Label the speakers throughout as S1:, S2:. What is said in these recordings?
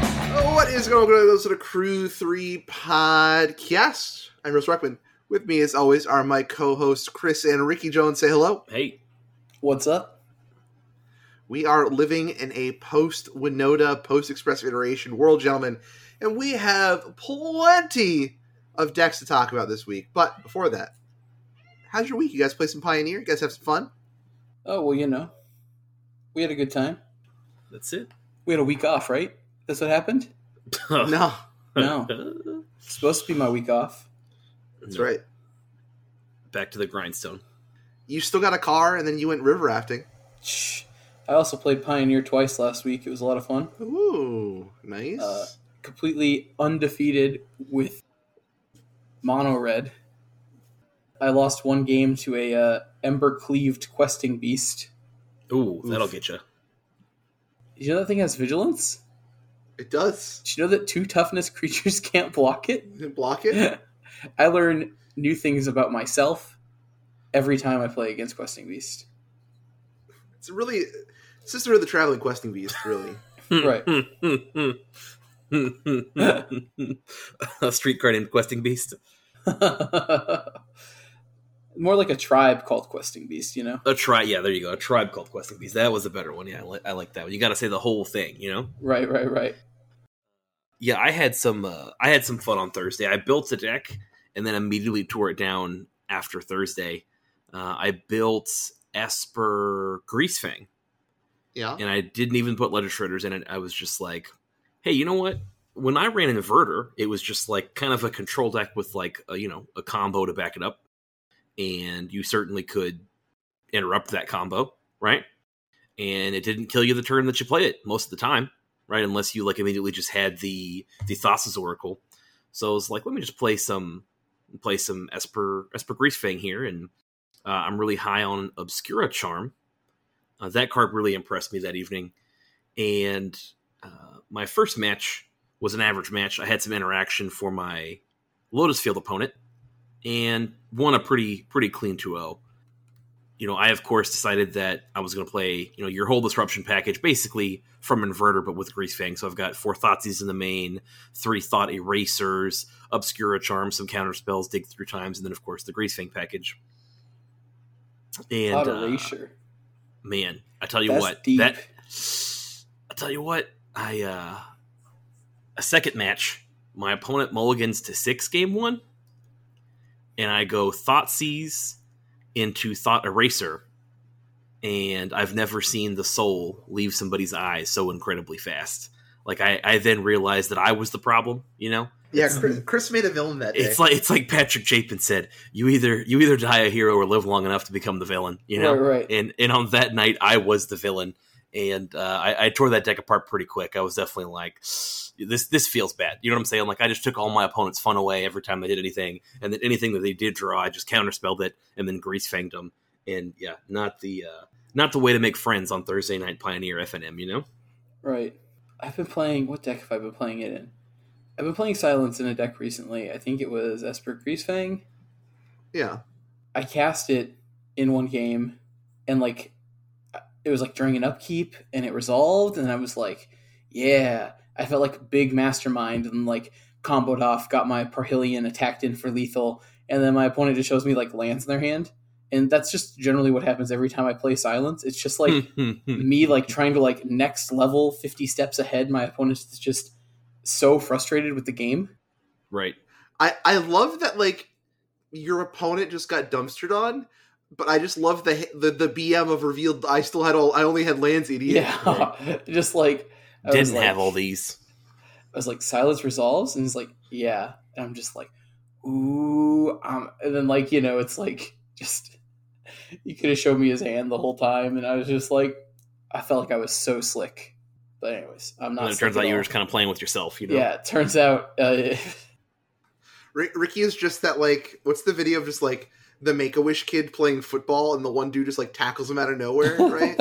S1: guys are going to go to the Crew 3 podcast. I'm Rose Ruckman. With me, as always, are my co hosts, Chris and Ricky Jones. Say hello.
S2: Hey,
S3: What's up?
S1: We are living in a post Winoda, post Express iteration world, gentlemen, and we have plenty of decks to talk about this week. But before that, how's your week? You guys play some Pioneer? You guys have some fun?
S3: Oh well, you know, we had a good time.
S2: that's it.
S3: We had a week off, right? That's what happened.
S1: No,
S3: No, it's supposed to be my week off.
S1: that's
S2: No.
S1: right.
S2: Back to the grindstone.
S1: You still got a car, and then you went river rafting.
S3: Shh. I also played Pioneer twice last week. It was a lot of fun.
S1: Ooh, nice.
S3: Uh, Completely undefeated with mono red. I lost one game to a uh, ember cleaved questing beast.
S2: Ooh, that'll
S1: Oof.
S2: get you.
S3: Did you know that thing has vigilance?
S1: it does.
S3: Did you know that two toughness creatures can't block it?
S1: Did it block it?
S3: I learn new things about myself every time I play against Questing Beast.
S1: It's really Sister of the Traveling Questing Beast, really.
S3: Right.
S2: a street card named Questing Beast.
S3: More like a tribe called Questing Beast, you know?
S2: A tribe, yeah, there you go. A tribe called Questing Beast. That was a better one. Yeah, I, li- I like that one. You got to say the whole thing, you know?
S3: Right, right, right.
S2: Yeah, I had some. Uh, I had some fun on Thursday. I built a deck and then immediately tore it down after Thursday. Uh, I built Esper Greasefang.
S1: Yeah.
S2: and I didn't even put letter shredders in it. I was just like, hey, you know what? When I ran inverter, it was just like kind of a control deck with like a, you know a combo to back it up, and you certainly could interrupt that combo, right? And it didn't kill you the turn that you play it most of the time, right? Unless you like immediately just had the the Thassa's Oracle. So I was like, let me just play some play some Esper Esper Greasefang here, and uh, I'm really high on Obscura Charm, uh, that card really impressed me that evening. And uh, my first match was an average match. I had some interaction for my Lotus Field opponent and won a pretty pretty clean 2-0. You know, I of course decided that I was going to play, you know, your whole disruption package basically from Inverter but with Greasefang. So I've got four Thoughtseize in the main, three Thought Erasers, Obscura Charm, some counter spells, dig through times, and then of course the Greasefang package. And
S3: Cloud
S2: uh,
S3: Erasure.
S2: man, I tell you
S3: That's
S2: what,
S3: deep.
S2: that I tell you what, I uh a second match, my opponent mulligans to six game one, and I go thought seize into thought eraser, and I've never seen the soul leave somebody's eyes so incredibly fast. Like I, I then realized that I was the problem, you know?
S1: yeah, Chris, Chris made a villain that day.
S2: It's like it's like Patrick Chapin said, you either you either die a hero or live long enough to become the villain, you know?
S3: right, right.
S2: and and on that night I was the villain, and uh, I, I tore that deck apart pretty quick. I was definitely like, this this feels bad. You know what I'm saying? Like I just took all my opponent's fun away every time they did anything, and then anything that they did draw, I just counterspelled it and then grease fanged them. And yeah, not the uh, not the way to make friends on Thursday night Pioneer FNM. You know?
S3: Right. I've been playing. What deck have I been playing it in? I've been playing Silence in a deck recently. I think it was Esper Greasefang.
S1: yeah.
S3: I cast it in one game, and like it was like during an upkeep, and it resolved, and I was like, yeah, I felt like a big mastermind, and like comboed off, got my Parhelion attacked in for lethal, and then my opponent just shows me like lands in their hand, and that's just generally what happens every time I play Silence. It's just
S2: Hmm.
S3: like me like trying to like next level 50 steps ahead my opponent is just so frustrated with the game
S2: right.
S1: I, I love that like your opponent just got dumpstered on, but I just love the the, the BM of revealed I still had all I only had lands idiot.
S3: yeah, just like I was
S2: Didn't
S3: like-
S2: have all these.
S3: i was like silence resolves and he's like yeah and i'm just like ooh um and then like you know it's like just you could have shown me his hand the whole time and i was just like i felt like i was so slick but anyways i'm
S2: And
S3: not
S2: then it
S3: slick
S2: turns
S3: at
S2: out you
S3: all.
S2: were just kind of playing with yourself. You know?
S3: yeah it turns out uh,
S1: Ri- Ricky is just that like what's the video of just like the make a wish kid playing football and the one dude just like tackles him out of nowhere, right?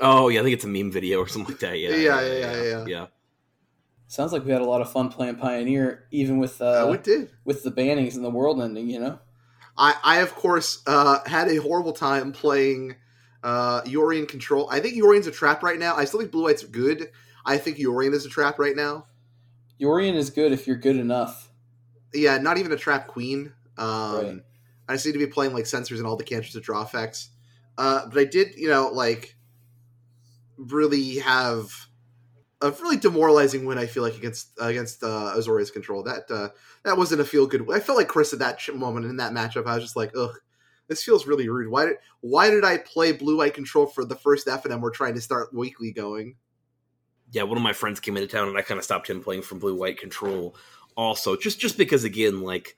S2: Oh yeah, I think it's a meme video or something like that. Yeah.
S1: Yeah, yeah, yeah, yeah.
S2: yeah.
S3: Sounds like we had a lot of fun playing Pioneer, even with uh,
S1: oh, it did.
S3: with the bannings and the world ending. You know,
S1: I, I of course uh, had a horrible time playing uh, Yorian control. I think Yorian's a trap right now. I still think Blue White's good. I think Yorian is a trap right now.
S3: Yorian is good if you're good enough.
S1: Yeah, not even a trap queen. Um,
S3: Right.
S1: I just need to be playing like sensors and all the cantrips of draw effects. Uh, but I did, you know, like really have a really demoralizing win. I feel like against against uh, Azorius Control. That uh, that wasn't a feel good. I felt like Chris at that sh- moment in that matchup. I was just like, ugh, this feels really rude. Why did why did I play Blue Eye Control for the first F and M we're trying to start weekly going?
S2: yeah, one of my friends came into town and I kind of stopped him playing from Blue White Control. Also, just just because again, like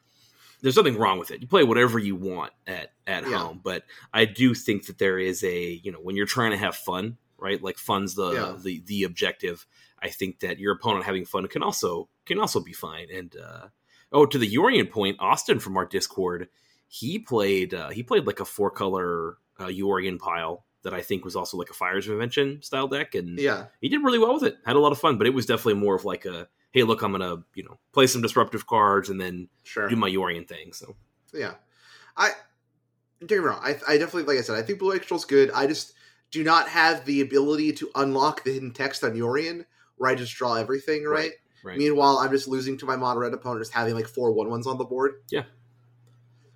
S2: there's nothing wrong with it. You play whatever you want at at
S1: Yeah.
S2: home, but I do think that there is a you know when you're trying to have fun, right? Like fun's the
S1: Yeah.
S2: the the objective. I think that your opponent having fun can also can also be fine. And uh, oh, to the Yorian point, Austin from our Discord, he played uh, he played like a four color uh, Yorian pile that I think was also like a Fires of Invention style deck, and
S1: Yeah,
S2: he did really well with it. Had a lot of fun, but it was definitely more of like a hey, look, I'm gonna you know play some disruptive cards and then
S1: sure.
S2: do my Yorian thing. So
S1: Yeah, I don't get me wrong. I, I definitely, like I said, I think Blue Eye Control's good. I just do not have the ability to unlock the hidden text on Yorian, where I just draw everything right.
S2: Right, right.
S1: Meanwhile, I'm just losing to my mod red opponent, just having like four one ones on the board.
S2: Yeah.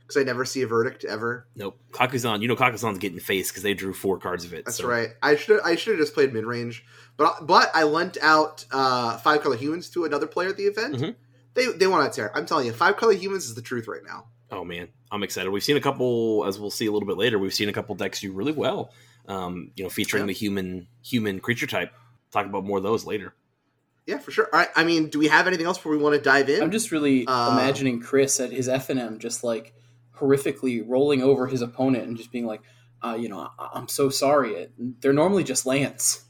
S1: because I never see a verdict ever.
S2: nope, Kakuzan, you know Kakuzan's getting faced because they drew four cards of it.
S1: That's
S2: so.
S1: right. I should I should have just played mid range, but but I lent out uh, five color humans to another player at the event.
S2: Mhm.
S1: They they want to tear. I'm telling you, five color humans is the truth right now.
S2: Oh man, I'm excited. We've seen a couple, as we'll see a little bit later. We've seen a couple decks do really well. Um, you know, featuring
S1: Yeah.
S2: the human human creature type. Talk about more of those later.
S1: Yeah, for sure. All right. I mean, do we have anything else before we want to dive in?
S3: I'm just really
S1: Uh,
S3: imagining Chris at his F and M just like horrifically rolling over his opponent and just being like, uh, you know, I- I'm so sorry. They're normally just Lance.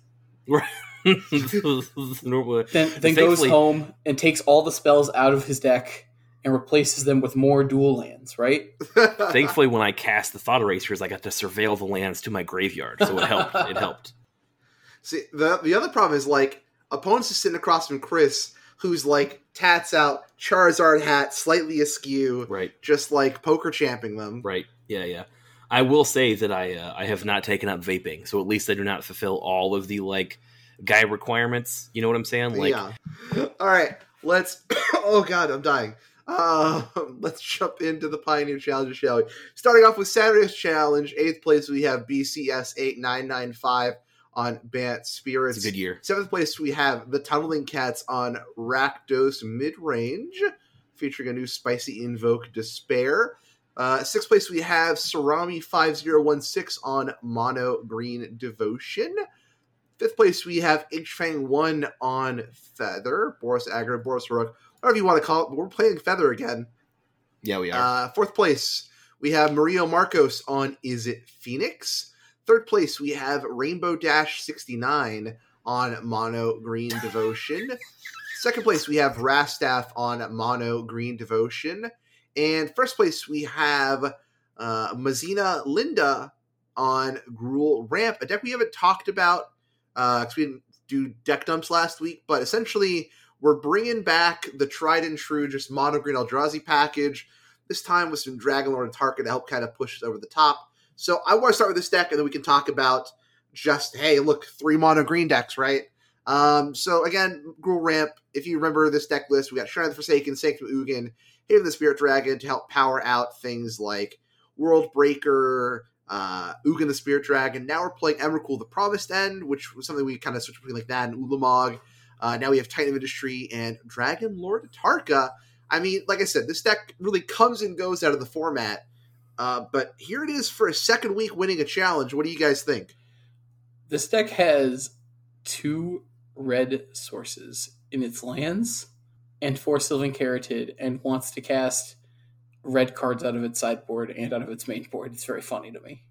S2: Normal-
S3: Then, then goes
S2: Thankfully-
S3: home and takes all the spells out of his deck and replaces them with more dual lands, right?
S2: Thankfully, when I cast the Thought Erasers, I got to surveil the lands to my graveyard, so it helped. It helped.
S1: See, the the other problem is like opponents is sitting across from Chris, who's like tats out, Charizard hat slightly askew,
S2: Right.
S1: just like poker champing them.
S2: Right. Yeah, yeah. I will say that I uh, I have not taken up vaping, so at least I do not fulfill all of the like guy requirements. You know what I'm saying? Like
S1: yeah. All right, let's. oh god, I'm dying. Uh, let's jump into the Pioneer Challenges, shall we? Starting off with Saturday's challenge, eighth place we have BCS eight nine nine five on Bant Spirits.
S2: it's a good year.
S1: Seventh place, we have the Tunneling Cats on Rakdos Mid Range, featuring a new spicy Invoke Despair. Uh, sixth place, we have Sarami 5016 on Mono Green Devotion. Fifth place, we have H-Fang 1 on Feather, Boris Aggro, Boris Rook, whatever you want to call it. but We're playing Feather again.
S2: Yeah, we are.
S1: Uh, fourth place, we have Mario Marcos on Is It Phoenix? Third place, we have Rainbow Dash 69 on Mono Green Devotion. Second place, we have Rastaff on Mono Green Devotion. And first place, we have uh, Mazina Linda on Gruel Ramp, a deck we haven't talked about because we didn't do deck dumps last week, but essentially we're bringing back the tried and true just mono green Eldrazi package this time with some Dragonlord and Tarkin to help kind of push it over the top. So I want to start with this deck, and then we can talk about just hey, look, three mono green decks, right? Um, so again, Gruul Ramp. If you remember this deck list, we got Shrine of the Forsaken, Sanctum Ugin, Haven of the Spirit Dragon to help power out things like World Breaker, uh, Ugin the Spirit Dragon. Now we're playing Emrakul the Promised End, which was something we kind of switched between like that and Ulamog. Uh, now we have Titan of Industry and Dragon Lord Tarka. I mean, like I said, this deck really comes and goes out of the format. Uh, but here it is for a second week winning a challenge. What do you guys think?
S3: This deck has two red sources in its lands and four Sylvan Carotid and wants to cast red cards out of its sideboard and out of its main board. It's very funny to me.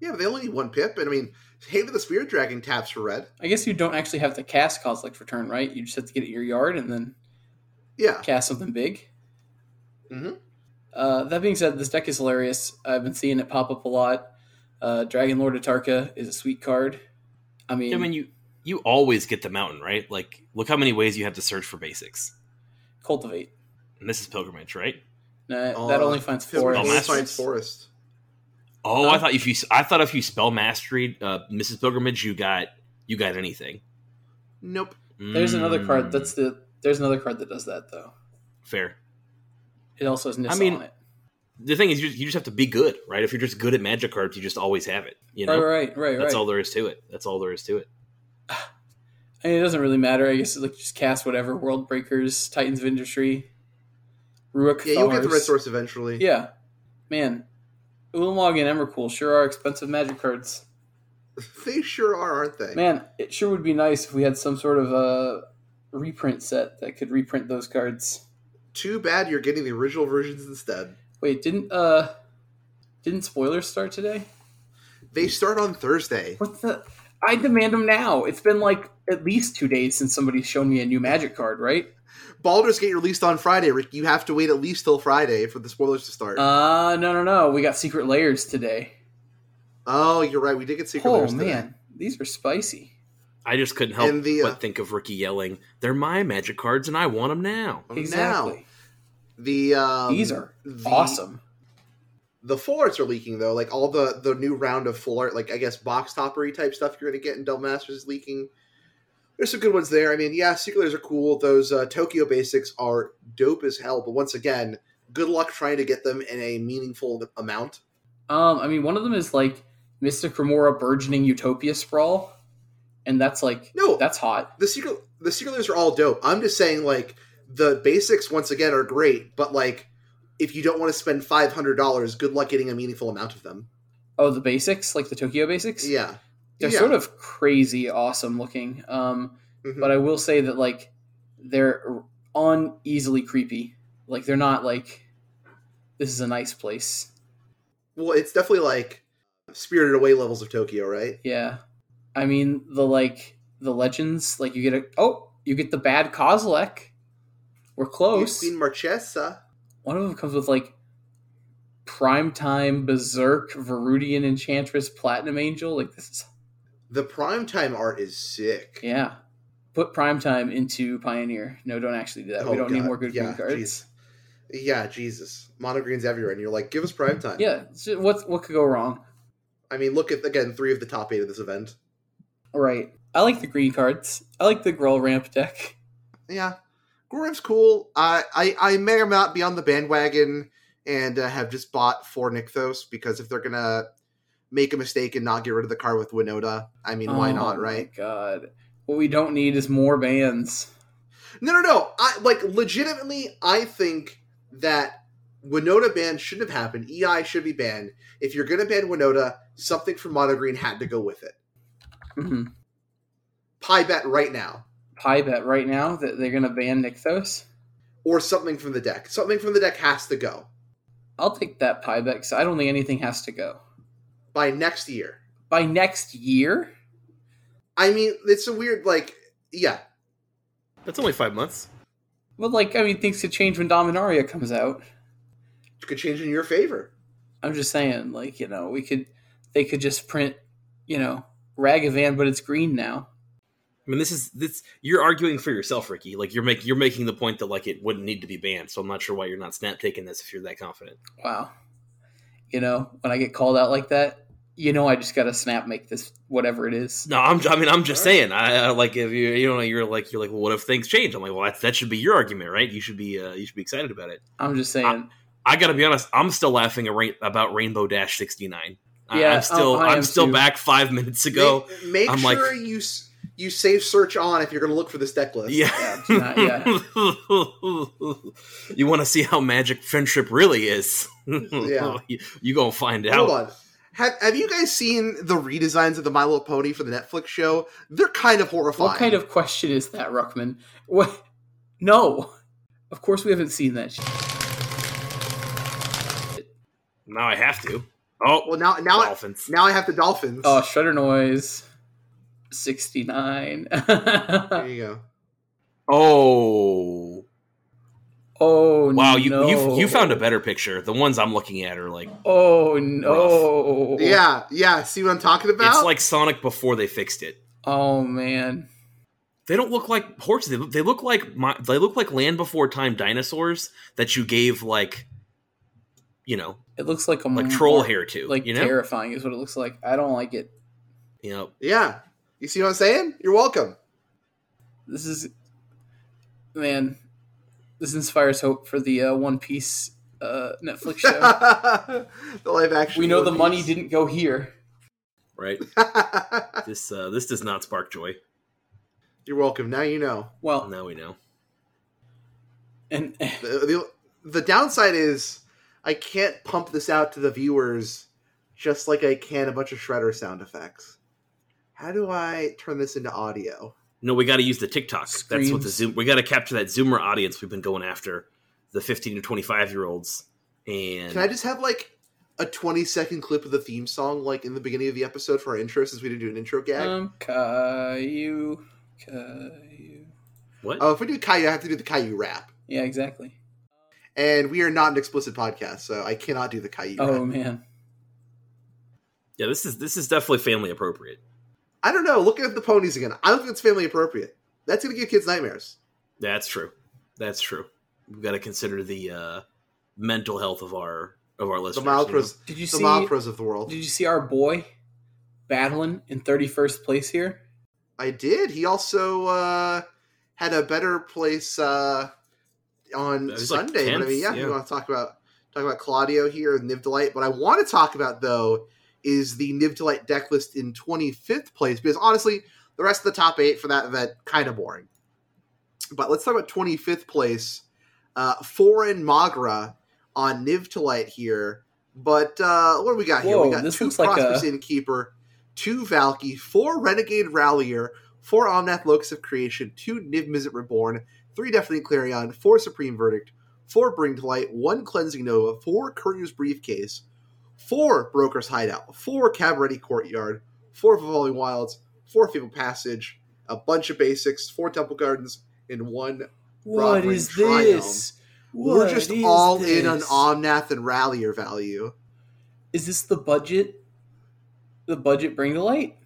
S1: Yeah, but they only need one pip, and I mean, Haven of the Spirit Dragon taps for red.
S3: I guess you don't actually have to cast Coslic for turn, right? You just have to get it at your yard and then
S1: Yeah,
S3: cast something big.
S1: Mhm.
S3: Uh, that being said, this deck is hilarious. I've been seeing it pop up a lot. Uh, Dragon Lord Atarka is a sweet card. I mean,
S2: I mean, you you always get the mountain right. Like, look how many ways you have to search for basics.
S3: cultivate.
S2: And this is pilgrimage, right?
S3: No, that
S1: Uh,
S3: only finds
S1: Haven of
S3: four.
S1: the
S2: Oh,
S1: Spirit
S2: Masters.
S1: finds forest.
S2: Oh, I
S3: Huh?
S2: thought if you I thought if you spell mastery, uh, Mrs. Pilgrimage, you got you got anything.
S1: Nope.
S3: There's another
S2: Mm.
S3: card that's the There's another card that does that though.
S2: Fair.
S3: It also has Nissa
S2: I mean,
S3: on it.
S2: The thing is, you, you just have to be good, right? If you're just good at magic cards, you just always have it. You know,
S3: right, right, right, right.
S2: that's all there is to it. That's all there is to it.
S3: I mean, it doesn't really matter. I guess like just cast whatever World Breakers, Titans of Industry, Rurik.
S1: Yeah, you'll get the
S3: Thar's.
S1: red source eventually.
S3: Yeah, man, Ulamog and Emrakul sure are expensive magic cards.
S1: They sure are, aren't they?
S3: Man, it sure would be nice if we had some sort of a reprint set that could reprint those cards.
S1: Too bad you're getting the original versions instead.
S3: Wait, didn't uh, didn't spoilers start today?
S1: They start on Thursday.
S3: What the? I demand them now. It's been like at least two days since somebody's shown me a new magic card, right?
S1: Baldur's Gate released on Friday, Rick. You have to wait at least till Friday for the spoilers to start.
S3: Uh, no, no, no. We got secret layers today.
S1: oh, you're right. We did get Secret
S3: Oh
S1: Layers today.
S3: man, these are spicy.
S2: I just couldn't help
S1: And the, uh,
S2: but think of Ricky yelling, "They're my magic cards, and I want them now."
S1: Oh, Now,
S3: Exactly.
S1: the um,
S3: These are
S1: the-
S3: awesome.
S1: the full arts are leaking though. Like all the the new round of full art, like I guess box toppery type stuff you're gonna get in Dell Masters is leaking. There's some good ones there. I mean, yeah, Seeklers are cool. Those uh, Tokyo basics are dope as hell. But once again, good luck trying to get them in a meaningful amount.
S3: Um, I mean, one of them is like Mystic Remora burgeoning Utopia Sprawl, and that's like
S1: No.
S3: that's hot.
S1: The secret the Seeklers are all dope. I'm just saying, like the basics once again are great, but like if you don't want to spend five hundred dollars, good luck getting a meaningful amount of them.
S3: Oh, the basics, like the Tokyo basics.
S1: Yeah,
S3: they're
S1: yeah.
S3: sort of crazy awesome looking. Um,
S1: Mhm.
S3: but I will say that like they're uneasily creepy. Like they're not like this is a nice place.
S1: Well, it's definitely like Spirited Away levels of Tokyo, right?
S3: Yeah. I mean the like the legends, like you get a oh, you get the bad Kozilek. We're
S1: You've
S3: close.
S1: seen Marchesa.
S3: One of them comes with like primetime berserk Verudian enchantress platinum angel. Like this is
S1: The primetime art is sick.
S3: yeah. Put primetime into Pioneer. No, don't actually do that.
S1: Oh,
S3: we don't need
S1: God.
S3: more good green
S1: Yeah,
S3: cards.
S1: jeez. Yeah, Jesus. Monogreens everywhere, and you're like, give us primetime.
S3: Yeah, it's ju- what what could go wrong?
S1: I mean, look at again three of the top eight of this event.
S3: All right. I like the green cards. I like the Grol ramp deck.
S1: Yeah, Gorev's cool. I, I I may or may not be on the bandwagon and uh, have just bought four Nykthos because if they're gonna make a mistake and not get rid of the car with Winoda, I mean, why
S3: Oh
S1: not,
S3: my
S1: right?
S3: God, what we don't need is more bands.
S1: No, no, no. I like legitimately. I think that Winota ban shouldn't have happened. EI should be banned. If you're gonna ban Winota, something from Monogreen had to go with it.
S3: Mm-hmm.
S1: Pie bet right now,
S3: Pie bet right now that they're gonna ban Nykthos.
S1: or something from the deck. Something from the deck has to go
S3: I'll take that pie bet because I don't think anything has to go
S1: by next year.
S3: by next year.
S1: I mean, it's a weird like, yeah.
S2: That's only five months.
S3: Well, like I mean, things could change when Dominaria comes out.
S1: It could change in your favor.
S3: I'm just saying, like you know, we could they could just print, you know, Ragavan, but it's green now.
S2: I mean, this is this. You're arguing for yourself, Ricky. Like you're making you're making the point that like it wouldn't need to be banned. So I'm not sure why you're not snap taking this if you're that confident.
S3: Wow, you know, when I get called out like that, you know, I just gotta snap make this whatever it is.
S2: No, I'm. I mean, I'm just
S1: All right.
S2: saying. I, I like if you you know you're like you're like well, what if things change? I'm like, well, that's, that should be your argument, right? You should be uh, you should be excited about it.
S3: I'm just saying.
S2: I got to be honest. I'm still laughing at rain, about Rainbow Dash 69. I-
S3: Yeah,
S2: I'm still
S3: oh, I
S2: I'm
S3: am
S2: still
S3: too.
S2: back five minutes ago.
S1: Make, make
S2: I'm like-
S1: sure you s- you save search on if you're going to look for this deck list.
S2: Yeah.
S3: Yeah, not yet.
S2: you want to see how magic friendship really is?
S1: Yeah.
S2: you, you gonna find out.
S1: Hold on. Have, have you guys seen the redesigns of the My Little Pony for the Netflix show? They're kind of horrifying.
S3: What kind of question is that, Ruckman? What? No. Of course, we haven't seen that. shit.
S2: Now I have to. Oh,
S1: Well, now now I,
S2: dolphins.
S1: now I have the dolphins.
S3: Oh, Shredder Noise 69.
S1: there you go.
S2: oh,
S3: oh,
S2: wow! You
S3: no.
S2: you you found a better picture. The ones I'm looking at are like
S3: Oh, no.
S1: Yeah, yeah. See what I'm talking about?
S2: it's like Sonic before they fixed it.
S3: Oh, man.
S2: They don't look like horses. They look, they look like my, they look like Land Before Time dinosaurs that you gave like, you know,
S3: It looks like a
S2: like
S3: m-
S2: troll hair to.
S3: Mm, Like
S2: you know,
S3: terrifying is what it looks like. I don't like it.
S2: you know.
S1: yeah. You see what I'm saying? You're welcome.
S3: This is man, this inspires hope for the uh, One Piece uh, Netflix show.
S1: the live action.
S3: we know
S1: One
S3: the money
S1: Piece.
S3: didn't go here.
S2: right? This uh, this does not spark joy.
S1: You're welcome. Now you know.
S3: Well,
S2: Now we know.
S3: and
S1: The, the the downside is I can't pump this out to the viewers just like I can a bunch of shredder sound effects. How do I turn this into audio?
S2: No, we got to use the TikTok. That's what the
S3: Screams.
S2: Zoom. We got to capture that Zoomer audience we've been going after, the fifteen to twenty five year olds. And
S1: Can I just have like a 20 second clip of the theme song like in the beginning of the episode for our intro since we didn't do an intro gag?
S3: um, Caillou, Caillou.
S2: what?
S1: oh, if we do Caillou, I have to do the Caillou rap.
S3: Yeah, exactly.
S1: And we are not an explicit podcast, so I cannot do the Caillou rap.
S3: Oh man,
S2: Yeah, this is this is definitely family appropriate.
S1: I don't know. Looking at the ponies again, I don't think it's family appropriate. That's going to give kids nightmares.
S2: That's true. That's true. We've got to consider the uh, mental health of our of our
S1: The
S2: listeners.
S1: mild
S2: you know?
S1: pros,
S3: did you
S1: the
S3: see?
S1: mild pros of the world.
S3: Did you see our boy battling in thirty first place here?
S1: I did. He also uh, had a better place uh, on
S2: It was like
S1: Sunday. but I
S2: 10th,
S1: mean, yeah,
S2: yeah.
S1: we want to talk about talk about Claudio here and Niv Delight. What I want to talk about though is the Niv Delight deck list in 25th place because honestly, the rest of the top eight for that event kind of boring. But let's talk about 25th place. Uh, foreign Magra on Niv Delight here. But uh, what do we got here?
S3: Whoa,
S1: we got
S3: this
S1: two
S3: looks like
S1: Prosperous
S3: a-
S1: Innkeeper, two Valky, four Renegade Rallier, four Omnath Locus of Creation, two Niv Mizzet Reborn, three Deafening Clarion, four Supreme Verdict, four Bring to Light, one Cleansing Nova, four Courier's Briefcase, four Broker's Hideout, four Cabaretti Courtyard, four Vivaldi Wilds, four Feeble Passage, a bunch of basics, four Temple Gardens, and one
S3: What
S1: Robbery
S3: is
S1: triumph.
S3: this?
S1: we're
S3: What
S1: just
S3: is
S1: all in on
S3: this?
S1: Omnath and Rallier value.
S3: Is this the budget? The budget bring the light?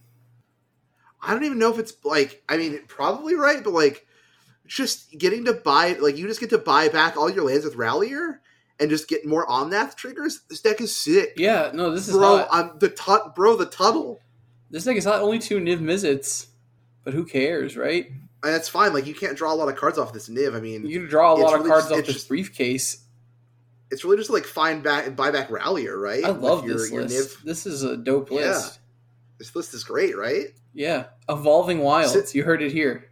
S1: I don't even know if it's like I mean probably right, but like just getting to buy like you just get to buy back all your lands with Rallier and just get more Omnath triggers. This deck is sick,
S3: Yeah, no, this is
S1: bro.
S3: hot.
S1: I'm the tut, bro. The Tuttle,
S3: This deck is hot. Only two Niv Mizzets, but who cares, right?
S1: and that's fine. Like you can't draw a lot of cards off this Niv. I mean,
S3: You can draw a
S1: It's
S3: lot of
S1: really
S3: cards
S1: just-
S3: off
S1: it's
S3: this
S1: just-
S3: briefcase.
S1: it's really just to, like find back and buy back Rallier, right?
S3: I
S1: With
S3: love
S1: your-
S3: this
S1: your
S3: list.
S1: Niv.
S3: This is a dope
S1: Yeah.
S3: list.
S1: This list is great, right?
S3: Yeah, evolving wilds.
S1: Sit-
S3: you heard it here.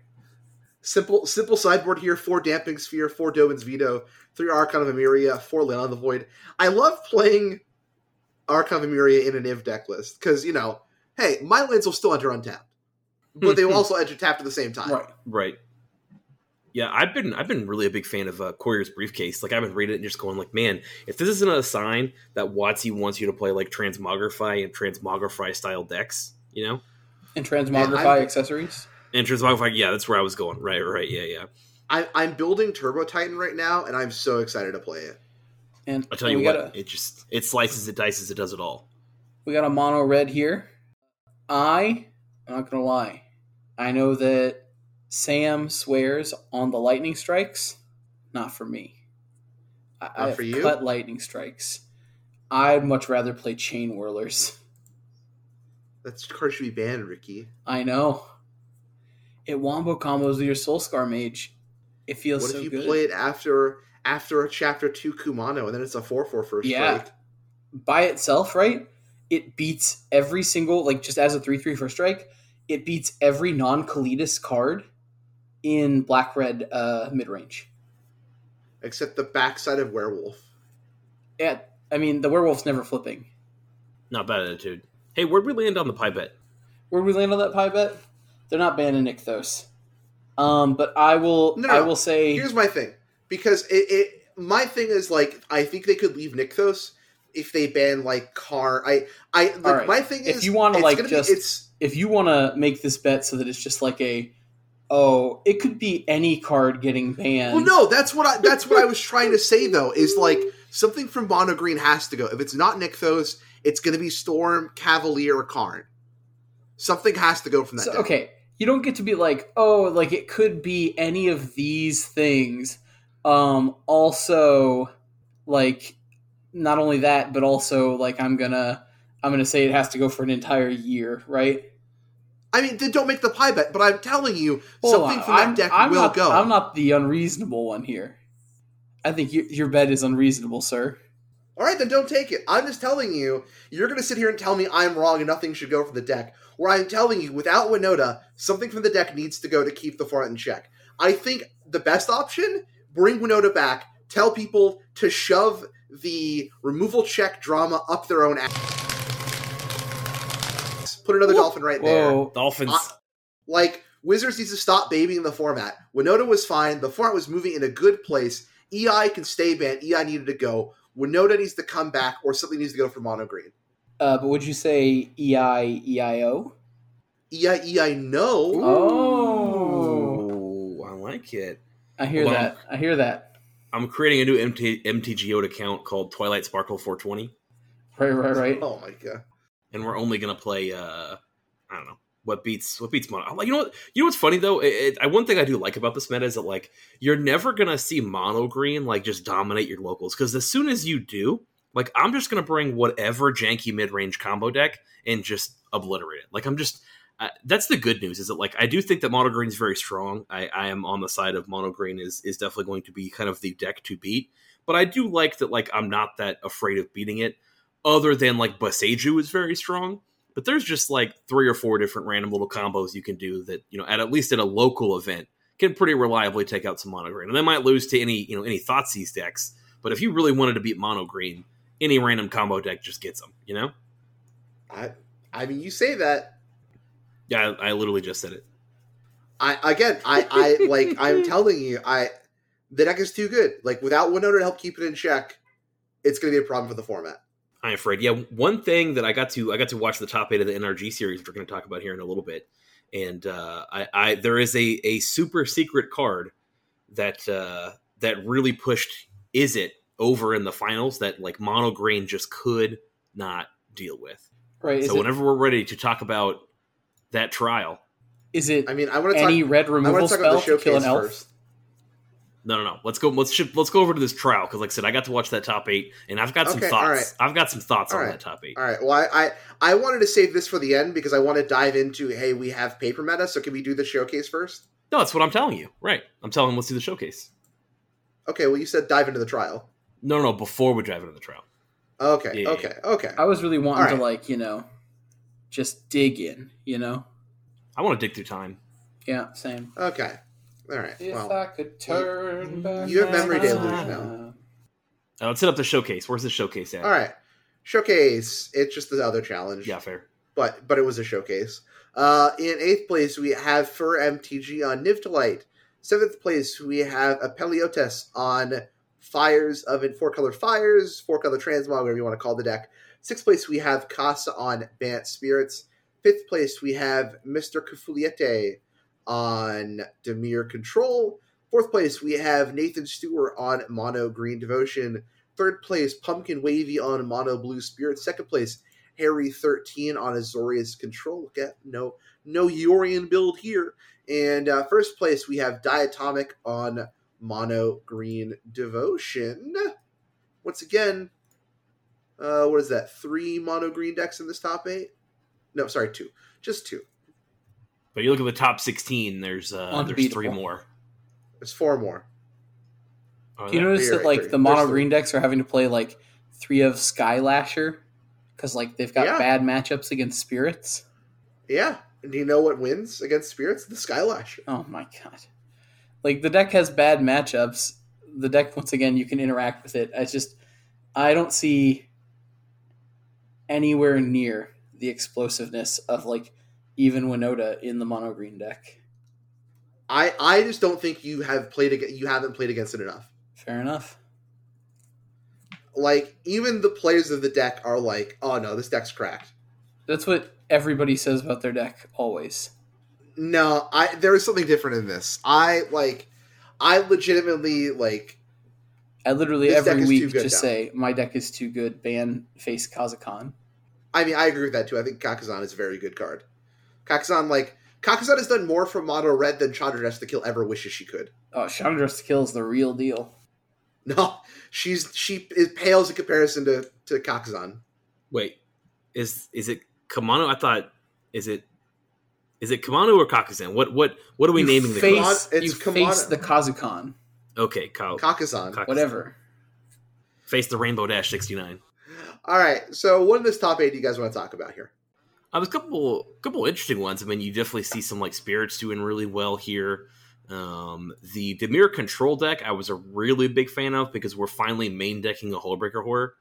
S1: Simple simple sideboard here, four Damping Sphere, four Dovin's Veto, three Archon of Emeria, four Land of the Void. I love playing Archon of Emeria in an Iv deck list, because you know, hey, my lands will still enter untapped. But they will also enter tapped at the same time.
S3: Right.
S2: Right. Yeah, I've been I've been really a big fan of uh, Courier's Briefcase. Like I've been reading it and just going like, man, if this isn't a sign that Watsy wants you to play like Transmogrify and Transmogrify style decks, you know,
S3: And
S1: Man,
S3: transmogrify
S1: I'm-
S3: accessories.
S2: and Transmogrify, yeah, that's where I was going. Right, right, yeah, yeah.
S1: I, I'm building Turbo Titan right now, and I'm so excited to play it.
S3: And
S2: I'll tell you
S3: and we
S2: what,
S3: got a
S2: it just it slices, it dices, it does it all.
S3: we got a mono red here. I I'm not gonna lie. I know that Sam swears on the lightning strikes. Not for me. I, I
S1: for
S3: have
S1: you?
S3: cut lightning strikes. I'd much rather play chain whirlers.
S1: That card should be banned, Ricky.
S3: I know. It wombo combos with your soul scar mage. It feels
S1: what
S3: so
S1: if you
S3: good.
S1: play it after after a chapter two Kumano and then it's a four four first
S3: Yeah.
S1: strike?
S3: by itself, right? It beats every single like just as a 3-3 first strike, it beats every non-Kalidas card in black red uh mid range.
S1: Except the backside of werewolf.
S3: Yeah, I mean the werewolf's never flipping.
S2: Not bad attitude. Hey, where'd we land on the pipette?
S3: Where'd we land on that pie bet? They're not banning Nykthos. Um, but I will
S1: No, no,
S3: I
S1: no.
S3: will say
S1: Here's my thing, because it, it my thing is like I think they could leave Nykthos if they ban like car. I I like,
S3: All right.
S1: my thing
S3: If
S1: is
S3: you wanna,
S1: it's
S3: like,
S1: gonna
S3: just-
S1: be, it's
S3: if you wanna make this bet so that it's just like a oh, it could be any card getting banned.
S1: well no that's what I that's what I was trying to say though is like something from Mono Green has to go. If it's not Nykthos, it's gonna be Storm, Cavalier, or Karn. Something has to go from that.
S3: So,
S1: deck.
S3: okay, you don't get to be like, oh, like it could be any of these things. Um, also, like, not only that, but also like I'm gonna I'm gonna say it has to go for an entire year, right?
S1: I mean, then don't make the pie bet, but I'm telling you,
S3: Hold
S1: something
S3: on,
S1: from that
S3: I'm-
S1: deck
S3: I'm
S1: will
S3: not,
S1: go.
S3: I'm not the unreasonable one here. I think your, your bet is unreasonable, sir.
S1: All right, then don't take it. I'm just telling you, you're going to sit here and tell me I'm wrong and nothing should go from the deck. Where I'm telling you, without Winota, something from the deck needs to go to keep the front in check. I think the best option bring Winota back, tell people to shove the removal check drama up their own ass. Put another
S3: Whoa.
S1: dolphin right there.
S3: Whoa.
S2: Dolphins.
S1: I- Like Wizards needs to stop babying the format. Winota was fine. The format was moving in a good place. EI can stay banned. EI needed to go. Winota needs to come back, or something needs to go for mono green.
S3: Uh, but would you say E EI, EIO?
S1: EI EI no.
S3: Oh.
S2: Ooh, I like it.
S3: I hear
S2: Well-
S3: that. I hear that.
S2: I'm creating a new MT- MTGO account called Twilight Sparkle 420,
S3: Right, right, right.
S1: Oh my god.
S2: and we're only gonna play. uh I don't know what beats what beats mono. I'm like, you know what? You know what's funny though? It, it, I one thing I do like about this meta is that like you're never gonna see mono green like just dominate your locals because as soon as you do, like I'm just gonna bring whatever janky mid range combo deck and just obliterate it. Like I'm just. Uh, that's the good news is that like I do think that mono green is very strong. I, I am on the side of mono green is is definitely going to be kind of the deck to beat. But I do like that like I'm not that afraid of beating it. Other than like Baseju is very strong, but there's just like three or four different random little combos you can do that you know at at least at a local event can pretty reliably take out some mono green. And they might lose to any you know any Thoughtseize decks, but if you really wanted to beat mono green, any random combo deck just gets them. You know?
S1: I I mean you say that.
S2: Yeah, I, I literally just said it.
S1: I again I I like I'm telling you I the deck is too good. Like without Winota to help keep it in check, it's going to be a problem for the format.
S2: I'm afraid. Yeah, one thing that I got to I got to watch the top eight of the NRG series, which we're going to talk about here in a little bit, and uh, I, I there is a a super secret card that uh, that really pushed is it over in the finals that like mono green just could not deal with.
S3: Right. Is
S2: so
S3: it,
S2: whenever we're ready to talk about that trial,
S3: is it
S1: I mean I want to
S3: any
S1: talk.
S3: red
S1: I
S3: removal
S1: want to talk about
S3: spell
S1: the
S3: to kill
S1: showcase
S3: an elf?
S1: first.
S2: no, no, no. Let's go. Let's shift, let's go over to this trial because, like I said, I got to watch that top eight, and I've got some
S1: Okay, all
S2: thoughts.
S1: right.
S2: I've got some thoughts
S1: All
S2: on
S1: right.
S2: that top eight.
S1: All right. Well, I, I I wanted to save this for the end because I want to dive into. Hey, we have paper meta, so can we do the showcase first?
S2: No, that's what I'm telling you. Right, I'm telling. Let's do the showcase.
S1: Okay. Well, you said dive into the trial.
S2: No, no, before we drive into the trial.
S1: Okay.
S2: Yeah.
S1: Okay. Okay.
S3: I was really wanting
S1: All right.
S3: to like, you know, just dig in, you know?
S2: I want to dig through time.
S3: Yeah, same.
S1: Okay. All right. Well,
S3: I could turn
S2: back
S1: you have memory
S2: day illusion Uh, let's set up the showcase. Where's the showcase at?
S1: all right. Showcase. It's just the other challenge.
S2: Yeah, fair.
S1: But but it was a showcase. Uh, in eighth place we have Fur MTG on Nivtalite. Seventh place we have Apeliotes on Fires of in Four Color Fires, Four Color Transmog, whatever you want to call the deck. Sixth place we have Casa on Bant Spirits. Fifth place we have Mr. Cafuliete on Demir Control. Fourth place we have Nathan Stewart on Mono Green Devotion. Third place Pumpkin Wavy on Mono Blue Spirit. Second place Harry thirteen on Azorius Control. Look at no no Yorian build here. And uh, first place we have Diatomic on Mono Green Devotion. Once again, uh, what is that? Three Mono Green decks in this top eight? No, sorry, two. Just two.
S2: But you look at the top sixteen. There's uh, there's
S3: Unbeatable.
S2: three more.
S1: There's four more.
S2: Are
S3: Do you
S2: there?
S3: notice
S1: You're
S3: that
S1: right,
S3: like
S1: three.
S3: the mono
S1: There's three.
S3: green decks are having to play like three of Skylasher? Because like they've got
S1: Yeah.
S3: bad matchups against spirits.
S1: Yeah. And do you know what wins against spirits? The Skylash.
S3: Oh my god. Like the deck has bad matchups. The deck once again you can interact with it. I just I don't see anywhere near the explosiveness of like even Winota in the mono green deck.
S1: I I just don't think you have played ag- you haven't played against it enough.
S3: Fair enough.
S1: Like even the players of the deck are like, oh no, this deck's cracked.
S3: That's what everybody says about their deck always.
S1: No, I there is something different in this. I like I legitimately like
S3: I literally
S1: This deck
S3: every
S1: is
S3: week
S1: too
S3: just
S1: good now.
S3: say my deck is too good. Ban face Kazakan.
S1: I mean I agree with that too. I think Kakazan is a very good card. Kakazan like Kakazan has done more for mono red than Chandradesh the Kill ever wishes she could.
S3: Oh, Chandra's kill is the real deal.
S1: No, she's she it pales in comparison to to Kakazan.
S2: Wait, is is it Kamano? I thought is it Is it Kamano or Kakazan? What what what are we
S3: You
S2: naming the
S3: face,
S2: class?
S1: It's
S3: you
S1: Kamado.
S3: face the Kazakan,
S2: Okay, Kyle.
S1: Kakazan.
S2: Oh, Kak-
S3: whatever.
S2: Face the Rainbow Dash 69.
S1: All right. So, what in this top eight do you guys want to talk about here?
S2: I was a couple couple interesting ones. I mean, you definitely see some like spirits doing really well here. Um, the Demir control deck I was a really big fan of because we're finally main decking a Hullbreaker horror.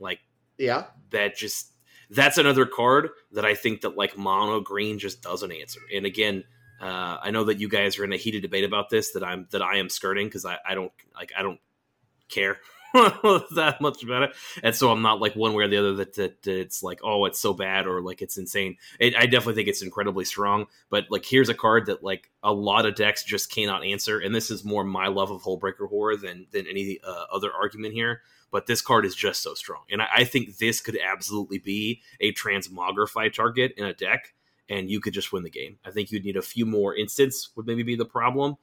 S2: Like
S1: Yeah.
S2: that just that's another card that I think that like mono green just doesn't answer. And again, uh, I know that you guys are in a heated debate about this that I'm that I am skirting because I, I don't like I don't care that much about it, and so I'm not like one way or the other that, that that it's like oh it's so bad or like it's insane. It, I definitely think it's incredibly strong, but like here's a card that like a lot of decks just cannot answer, and this is more my love of Holebreaker Horror than than any uh, other argument here but this card is just so strong. And I, I think this could absolutely be a transmogrify target in a deck, and you could just win the game. I think you'd need a few more instants, would maybe be the problem.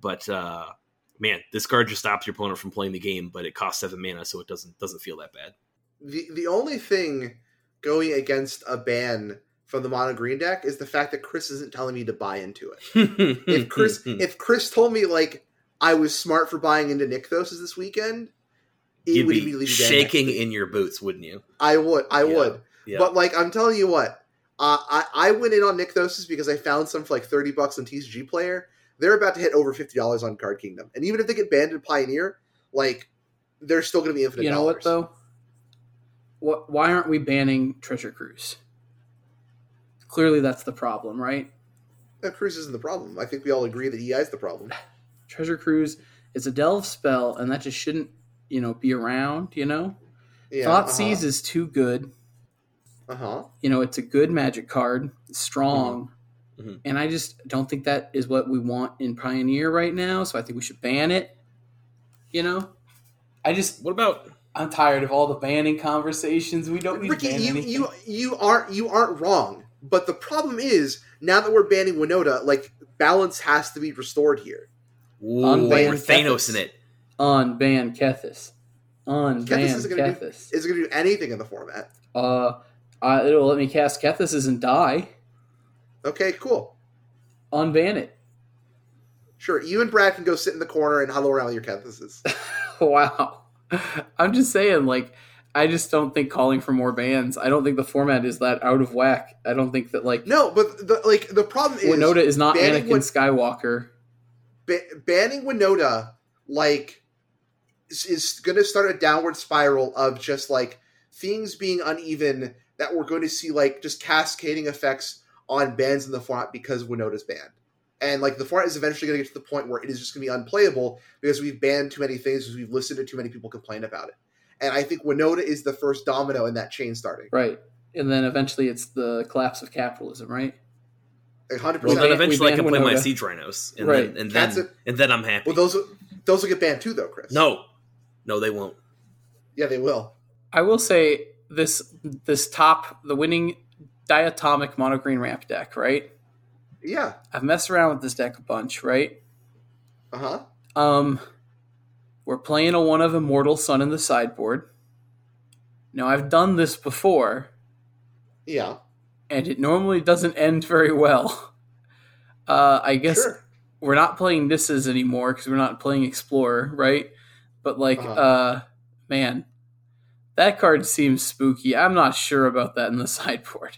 S2: But uh, man, this card just stops your opponent from playing the game, but it costs seven mana, so it doesn't doesn't feel that bad.
S1: the the only thing going against a ban from the mono green deck is the fact that Chris isn't telling me to buy into it.
S2: Hmm,
S1: If Chris if Chris told me like I was smart for buying into Nykthos this weekend, it
S2: you'd
S1: would
S2: be
S1: immediately ban him.
S2: shaking in your boots, wouldn't you?
S1: I would, I
S2: Yeah,
S1: would.
S2: yeah.
S1: But like I'm telling you what, uh, I I went in on Nykthos because I found some for like thirty bucks on TCG Player. They're about to hit over fifty dollars on Card Kingdom, and even if they get banned in Pioneer, like they're still going to be infinite.
S3: You know
S1: dollars.
S3: what though? What? Why aren't we banning Treasure Cruise? Clearly, that's the problem, right?
S1: That cruise isn't the problem. I think we all agree that EI is the problem.
S3: Treasure Cruise is a delve spell, and that just shouldn't, you know, be around. You know,
S1: Yeah,
S3: Thought
S1: uh-huh,
S3: Seize is too good.
S1: Uh-huh.
S3: You know, it's a good magic card, it's
S1: Mm-hmm.
S3: strong,
S2: Mhm. Mhm.
S3: and I just don't think that is what we want in Pioneer right now. So I think we should ban it. You know, I just
S2: What about
S3: I'm tired of all the banning conversations. We don't need
S1: Ricky,
S3: to ban
S1: you,
S3: anything.
S1: you you aren't you aren't wrong. But the problem is now that we're banning Winota, like balance has to be restored here.
S2: Ooh,
S3: Unbanned
S2: we're Thanos
S3: Tethys.
S2: in it?
S3: Unban Kethis.
S1: Kethis
S3: Unban
S1: isn't gonna do-
S3: Kethis.
S1: Is it going to do anything in the format?
S3: Uh, uh, it'll let me cast Kethis and die.
S1: Okay, cool.
S3: Unban it.
S1: Sure, you and Brad can go sit in the corner and huddle around with your Kethises.
S3: Wow. I'm just saying, like, I just don't think calling for more bans. I don't think the format is that out of whack. I don't think that like
S1: No, but the, like the problem is
S3: Winota is not
S1: banning
S3: Anakin
S1: Win-
S3: Skywalker.
S1: ba- banning Winota like is, is going to start a downward spiral of just like things being uneven that we're going to see like just cascading effects on bans in the format because Winota's banned. And like the format is eventually going to get to the point where it is just going to be unplayable because we've banned too many things because we've listened to too many people complain about it. And I think Winota is the first domino in that chain starting.
S3: Right. And then eventually it's the collapse of capitalism, right?
S1: Like, 100%.
S2: Well,
S3: We
S2: then
S3: ban-
S2: eventually
S3: we
S2: I
S3: ban
S2: can play my
S3: Winota.
S2: Siege Rhinos, and
S3: Right.
S2: then and
S1: That's
S2: then,
S1: it.
S2: and then I'm happy.
S1: well, those those will get banned too though, Chris.
S2: no, no, they won't.
S1: Yeah, they will.
S3: I will say this this top the winning diatomic monogreen ramp deck, right?
S1: Yeah.
S3: I've messed around with this deck a bunch, right?
S1: Uh-huh.
S3: Um, we're playing a one of Immortal Sun in the sideboard. Now I've done this before,
S1: Yeah.
S3: and it normally doesn't end very well. Uh, I guess
S1: Sure.
S3: we're not playing Nisses anymore because we're not playing Explorer, right? But like, uh
S1: Uh-huh.
S3: man, that card seems spooky. I'm not sure about that in the sideboard.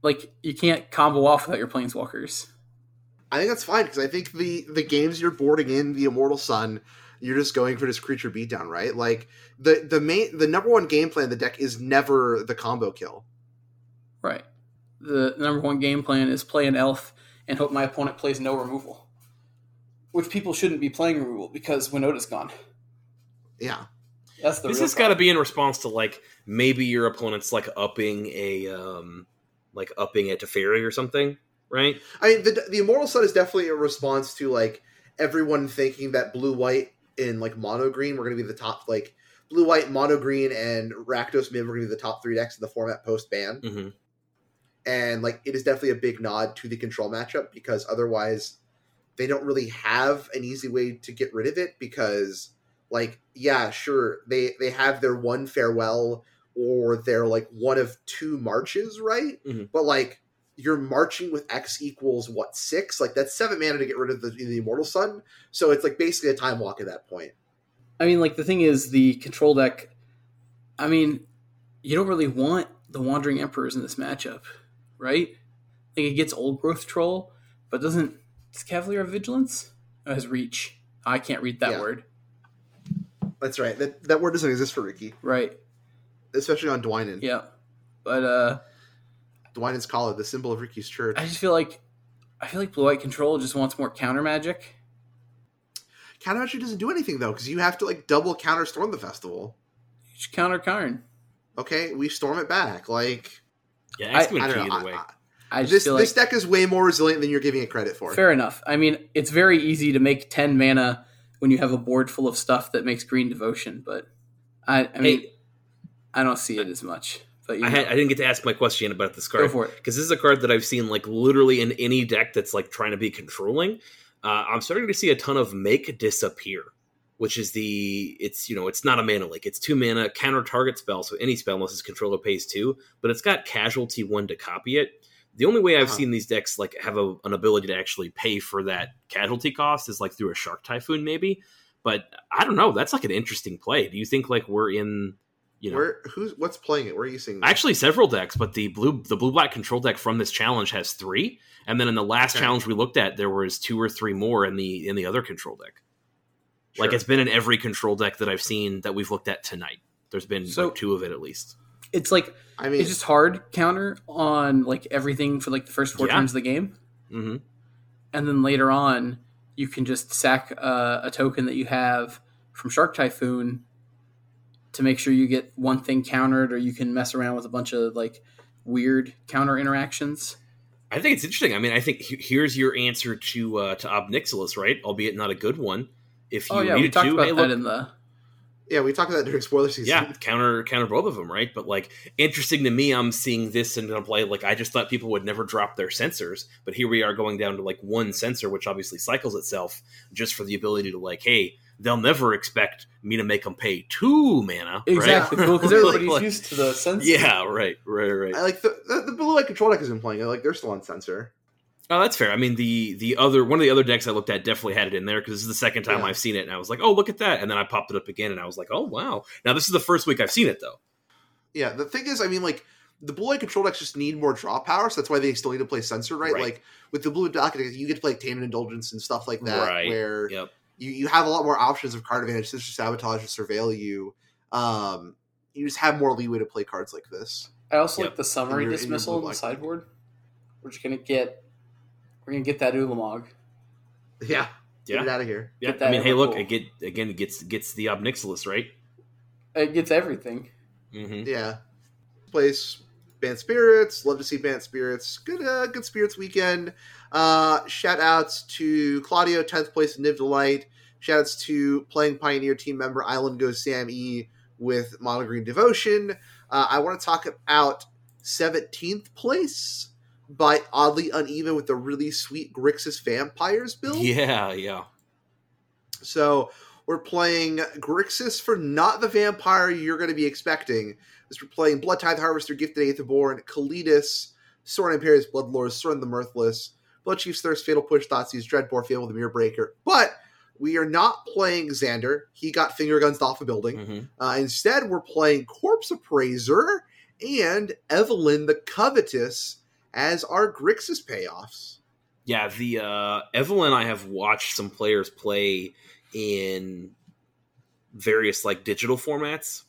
S3: Like, you can't combo off without your planeswalkers.
S1: I think that's fine because I think the the games you're boarding in the Immortal Sun, you're just going for this creature beatdown, right? Like the the main the number one game plan of the deck is never the combo kill.
S3: Right. The number one game plan is play an elf and hope my opponent plays no removal. Which people shouldn't be playing removal because Winota's gone.
S1: Yeah,
S3: That's the
S2: this
S3: real
S2: has got to
S3: problem.
S2: be in response to like maybe your opponent's like upping a um like upping a Teferi or something, right?
S1: I mean the the Immortal Sun is definitely a response to like everyone thinking that blue white and like mono green were going to be the top like blue white mono green and Rakdos Mim were going to be the top three decks in the format post ban,
S2: Mm-hmm.
S1: and like it is definitely a big nod to the control matchup because otherwise they don't really have an easy way to get rid of it because like yeah sure they they have their one farewell or their like one of two marches right
S2: Mhm.
S1: but like you're marching with X equals what six? Like that's seven mana to get rid of the, the Immortal Sun. So it's like basically a time walk at that point.
S3: I mean, like the thing is, the control deck. I mean, you don't really want the Wandering Emperors in this matchup, right? Like it gets Old Growth Troll, but doesn't does Cavalier of Vigilance? Oh, it has Reach. I can't read that
S1: Yeah.
S3: word.
S1: That's right. That that word doesn't exist for Ricky,
S3: Right.
S1: especially on Dwinan.
S3: Yeah. But uh
S1: Dwinan's collar, the symbol of Ricky's church.
S3: I just feel like I feel like Blue White Control just wants more counter magic.
S1: Counter actually doesn't do anything though, because you have to like double counter storm the festival.
S3: Just counter Karn.
S1: Okay, we storm it back. Like
S2: Yeah,
S3: I-
S1: I
S2: Excommunicate
S1: don't know.
S2: either
S1: I-
S2: way.
S1: I-
S3: I just
S1: this
S3: feel
S1: this
S3: like
S1: deck is way more resilient than you're giving it credit for.
S3: fair enough. I mean, it's very easy to make ten mana when you have a board full of stuff that makes green devotion, but I I mean
S2: Hey.
S3: I don't see it as much. But you
S2: I,
S3: know,
S2: had, I didn't get to ask my question about this
S3: go
S2: card
S3: for it.
S2: because this is a card that I've seen like literally in any deck that's like trying to be controlling. Uh, I'm starting to see a ton of make disappear, which is the it's you know it's not a mana link, it's two mana counter target spell, so any spell unless its controller pays two, but it's got casualty one to copy it. The only way I've
S1: Uh-huh.
S2: seen these decks like have a, an ability to actually pay for that casualty cost is like through a shark typhoon maybe, but I don't know. That's like an interesting play. Do you think like we're in you know
S1: Where who's what's playing it? Where are you seeing? This?
S2: Actually, several decks, but the blue the blue black control deck from this challenge has three, and then in the last
S1: Okay.
S2: challenge we looked at, there was two or three more in the in the other control deck. Like
S1: Sure.
S2: it's been in every control deck that I've seen that we've looked at tonight. There's been
S3: So-
S2: like two of it at least.
S3: It's like
S1: I mean,
S3: it's just hard counter on like everything for like the first four
S2: Yeah.
S3: turns of the game.
S2: hmm
S3: and then later on you can just sack uh, a token that you have from Shark Typhoon to make sure you get one thing countered, or you can mess around with a bunch of like weird counter interactions.
S2: I think it's interesting. I mean, I think he- here's your answer to uh, to Obnixilis, right? Albeit not a good one. If you
S3: Oh yeah, we
S2: needed
S3: talked
S2: to,
S3: about
S2: hey,
S3: that
S2: look,
S3: in the
S1: yeah, we talked about that during spoiler season.
S2: yeah, counter counter both of them, right? But like interesting to me, I'm seeing this and I'm like, like I just thought people would never drop their sensors, but here we are going down to like one sensor, which obviously cycles itself just for the ability to like, hey, they'll never expect me to make them pay two mana,
S3: exactly
S2: right?
S3: cool because
S1: They're
S3: everybody's
S2: Like,
S3: used to the sense.
S2: yeah, right, right, right.
S1: I like the, the, the blue light control deck has been playing it. Like they're still on censor.
S2: Oh, that's fair. I mean, the the other one of the other decks I looked at definitely had it in there because this is the second time
S1: Yeah.
S2: I've seen it, and I was like, oh, look at that, and then I popped it up again, and I was like, oh wow. Now this is the first week I've seen it though.
S1: Yeah, the thing is, I mean, like the blue light control decks just need more draw power, so that's why they still need to play censor, right?
S2: Right.
S1: Like with the blue docket, you get to play tame and indulgence and stuff like that,
S2: Right.
S1: where
S2: Yep.
S1: you, you have a lot more options of card advantage, since sabotage or surveil you. Um, you just have more leeway to play cards like this.
S3: I also
S2: Yep.
S3: like the
S1: In
S3: summary
S1: your- in your
S3: dismissal
S1: blue
S3: on the
S1: light.
S3: sideboard. We're just gonna get we're gonna get that Ulamog.
S1: Yeah,
S2: Yeah.
S1: get it out of here.
S2: Yeah,
S3: Get that
S2: I mean, hey,
S3: Evercool.
S2: look, it get, again, it gets gets the Obnixilis, right?
S3: It gets everything.
S2: Mm-hmm.
S1: Yeah, place band spirits. Love to see band spirits. Good, uh, good spirits weekend. Uh, shout outs to Claudio, tenth place in Niv Delight. Shout outs to playing Pioneer team member Island Goes Sam E with Mono Green Devotion. Uh, I want to talk about seventeenth place by oddly uneven with the really sweet Grixis Vampires build.
S2: Yeah, yeah.
S1: So we're playing Grixis for not the vampire you're going to be expecting. Because we're playing Blood Tithe Harvester, Gifted Aetherborn, Kalidus, Soren Imperious Bloodlords, Soren the Mirthless, Blood Chief's Thirst, Fatal Push, Thoughtseize, Dreadbore, Fail with the Mirror Breaker. But we are not playing Xander. He got finger guns off a building.
S2: hmm
S1: Uh, instead, we're playing Corpse Appraiser and Evelyn the Covetous as our Grixis payoffs.
S2: Yeah, the uh, Evelyn, I have watched some players play in various like digital formats,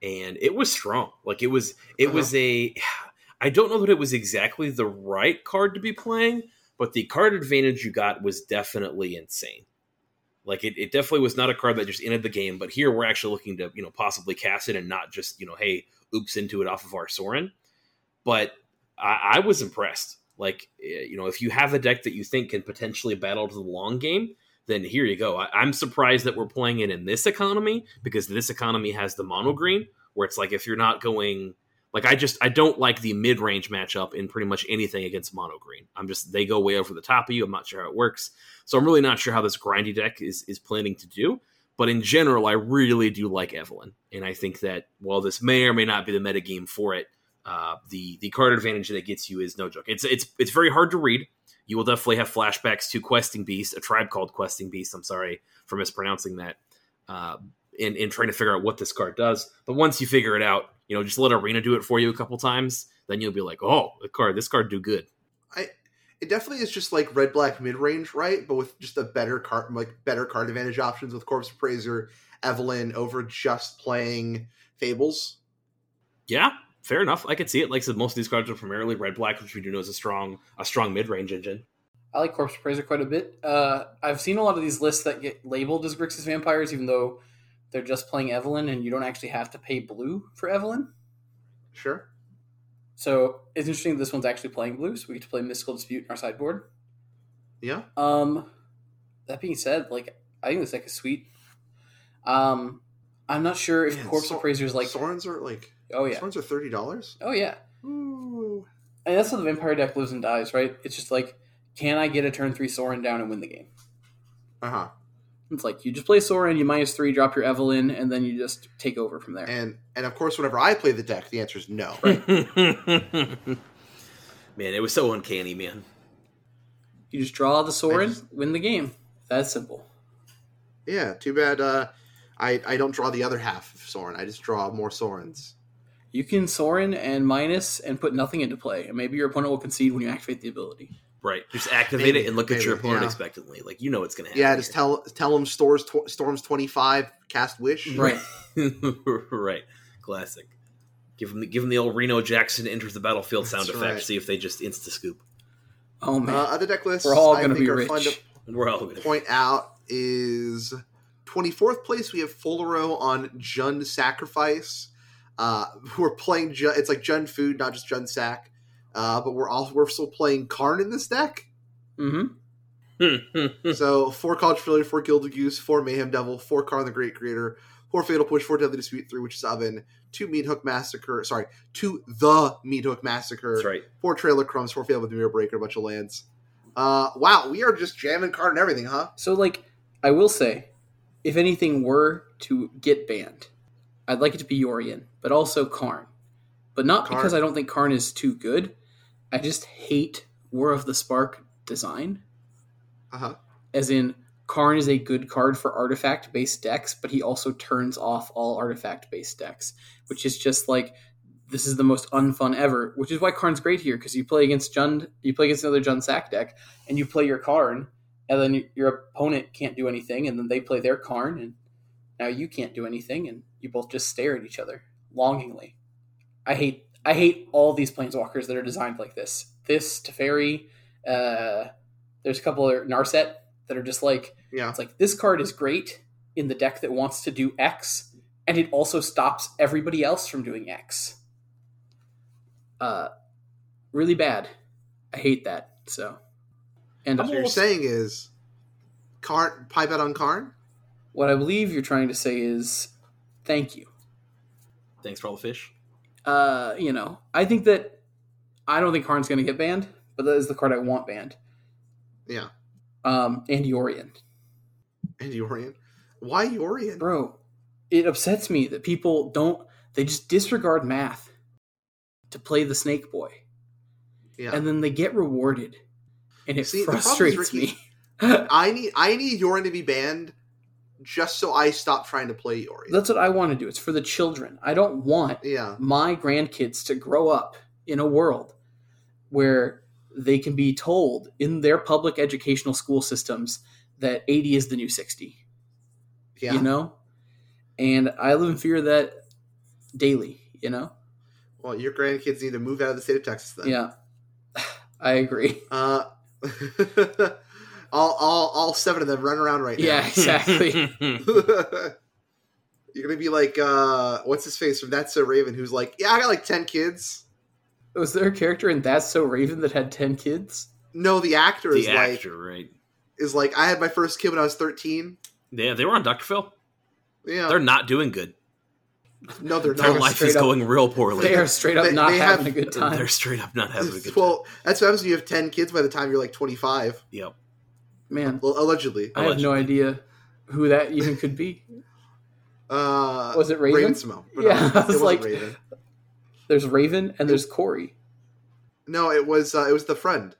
S2: and it was strong. Like it was, it was a. I don't know that it was exactly the right card to be playing, but the card advantage you got was definitely insane. Like it, it definitely was not a card that just ended the game, but here we're actually looking to you know possibly cast it and not just you know hey oops into it off of our Soren. But I, I was impressed. Like eh, you know if you have a deck that you think can potentially battle to the long game, then here you go. I, I'm surprised that we're playing it in this economy because this economy has the mono green where it's like if you're not going like I just I don't like the mid range matchup in pretty much anything against mono green. I'm just they go way over the top of you. I'm not sure how it works. So I'm really not sure how this grindy deck is is planning to do. But in general, I really do like Evelyn, and I think that while this may or may not be the metagame for it, Uh, the the card advantage that it gets you is no joke. It's it's it's very hard to read. You will definitely have flashbacks to Questing Beast, a tribe called Questing Beast. I'm sorry for mispronouncing that. Uh, in in trying to figure out what this card does. But once you figure it out, you know, just let Arena do it for you a couple times. Then you'll be like, oh, the card, this card do good.
S1: It definitely is just like red black mid range, right? But with just a better card, like better card advantage options with Corpse Appraiser, Evelyn over just playing Fables.
S2: Yeah, fair enough. I could see it. Like I said, most of these cards are primarily red black, which we do know is a strong a strong mid range engine.
S3: I like Corpse Appraiser quite a bit. Uh, I've seen a lot of these lists that get labeled as Grixis Vampires, even though they're just playing Evelyn and you don't actually have to pay blue for Evelyn.
S1: Sure.
S3: So it's interesting that this one's actually playing blue, so we get to play Mystical Dispute in our sideboard.
S1: Yeah.
S3: Um, that being said, like I think this deck is sweet. Um, I'm not sure if
S1: Man,
S3: Corpse
S1: Sor-
S3: Appraiser is like.
S1: Sorens are like
S3: oh yeah,
S1: Sorens are thirty dollars.
S3: oh yeah.
S1: Ooh.
S3: And that's how the Vampire deck lives and dies, right? It's just like, can I get a turn three Soren down and win the game?
S1: Uh huh.
S3: It's like you just play Soren, you minus three, drop your Evelyn, and then you just take over from there.
S1: And and of course, whenever I play the deck, the answer is no.
S2: man, it was so uncanny, man.
S3: You just draw the Soren,
S1: I just-
S3: win the game. That's simple.
S1: Yeah. Too bad. Uh, I I don't draw the other half of Soren. I just draw more Sorens.
S3: You can Soren and minus and put nothing into play, and maybe your opponent will concede when you activate the ability.
S2: Right. Just activate
S1: Maybe,
S2: it and look at
S1: maybe,
S2: your opponent
S1: yeah.
S2: expectantly. Like you know it's gonna happen.
S1: Yeah. Just tell tell them stores tw- storms twenty five cast wish.
S3: Right.
S2: here. right. Classic. Give them the, give them the old Reno Jackson enters the battlefield
S1: That's
S2: sound effect.
S1: right.
S2: See if they just insta scoop.
S3: Oh
S1: Uh,
S3: man.
S1: other deck lists
S3: We're all
S1: I
S3: gonna
S1: think
S3: be
S1: are fun to
S3: rich.
S2: And we're all good.
S1: point out is 24th place. We have Fullero on Jund Sacrifice. Uh, we're playing Jun, it's like Jund Food, not just Jund Sac. Uh, but we're all we're still playing Karn in this deck.
S3: Mm-hmm.
S2: Hmm.
S1: so four College Failure, four Gilded Goose, four Mayhem Devil, four Karn the Great Creator, four Fatal Push, four Deadly Dispute, three Witch's Oven, two Meat Hook Massacre. Sorry, two the Meat Hook Massacre
S2: That's right.
S1: four trailer crumbs, four fail with the mirror breaker, a bunch of lands. Uh, wow, we are just jamming card and everything, huh?
S3: So like I will say, if anything were to get banned, I'd like it to be Yorian, but also Karn. But not
S1: Karn.
S3: because I don't think Karn is too good. I just hate War of the Spark design.
S1: Uh huh.
S3: As in Karn is a good card for artifact based decks, but he also turns off all artifact based decks, which is just like this is the most unfun ever, which is why Karn's great here because you play against Jund, you play against another Jund Sack deck, and you play your Karn, and then y- your opponent can't do anything, and then they play their Karn, and now you can't do anything, and you both just stare at each other longingly. I hate I hate all these planeswalkers that are designed like this. This Teferi, uh, there's a couple other Narset that are just like
S1: Yeah.
S3: it's like this card is great in the deck that wants to do X, and it also stops everybody else from doing X. Uh, really bad. I hate that. So, and
S1: So what you're saying is, Karn, pipe out on Karn.
S3: what I believe you're trying to say is, thank you.
S2: Thanks for all the fish.
S3: Uh, you know, I think that I don't think Karn's going to get banned, but that is the card I want banned.
S1: Yeah.
S3: Um, and Yorian,
S1: And Yorian. Why Yorian?
S3: bro, it upsets me that people don't. They just disregard math to play the Snake Boy.
S1: Yeah.
S3: and then they get rewarded, and it
S1: See, the problem is,
S3: frustrates
S1: Ricky-
S3: me.
S1: I need I need Yorian to be banned, just so I stop trying to play Yorian.
S3: That's what I want to do. It's for the children. I don't want
S1: yeah.
S3: my grandkids to grow up in a world where they can be told in their public educational school systems that 80 is the new 60,
S1: Yeah.
S3: you know? And I live in fear of that daily, you know?
S1: Well, your grandkids need to move out of the state of Texas then.
S3: Yeah. I agree.
S1: Uh, all, all all seven of them run around right
S3: Yeah, exactly.
S1: now. You're gonna be like, uh, what's his face from That's So Raven? Who's like, yeah, I got like ten kids.
S3: Was there a character in That's So Raven that had 10 kids?
S1: No, the actor is
S2: the
S1: like
S2: actor, right?
S1: is like I had my first kid when I was thirteen.
S2: Yeah, they were on Dr. Phil.
S1: Yeah,
S2: They're not doing good.
S1: no, they're
S2: Their
S1: not.
S2: life
S3: straight
S2: is
S3: up-
S2: going real poorly.
S3: They are straight up
S1: They-
S3: not
S1: they have-
S3: having a good time.
S2: They're straight up not having a good time.
S1: well, that's what happens when you have ten kids by the time you're like twenty five,
S2: Yep.
S3: Man,
S1: well, allegedly.
S3: I have no idea who that even could be.
S1: Uh,
S3: Was it Raven?
S1: Smoke.
S3: Yeah, I was
S1: Uh, it wasn't
S3: like-
S1: Raven.
S3: There's Raven and there's Corey,
S1: No, it was uh, it was the friend,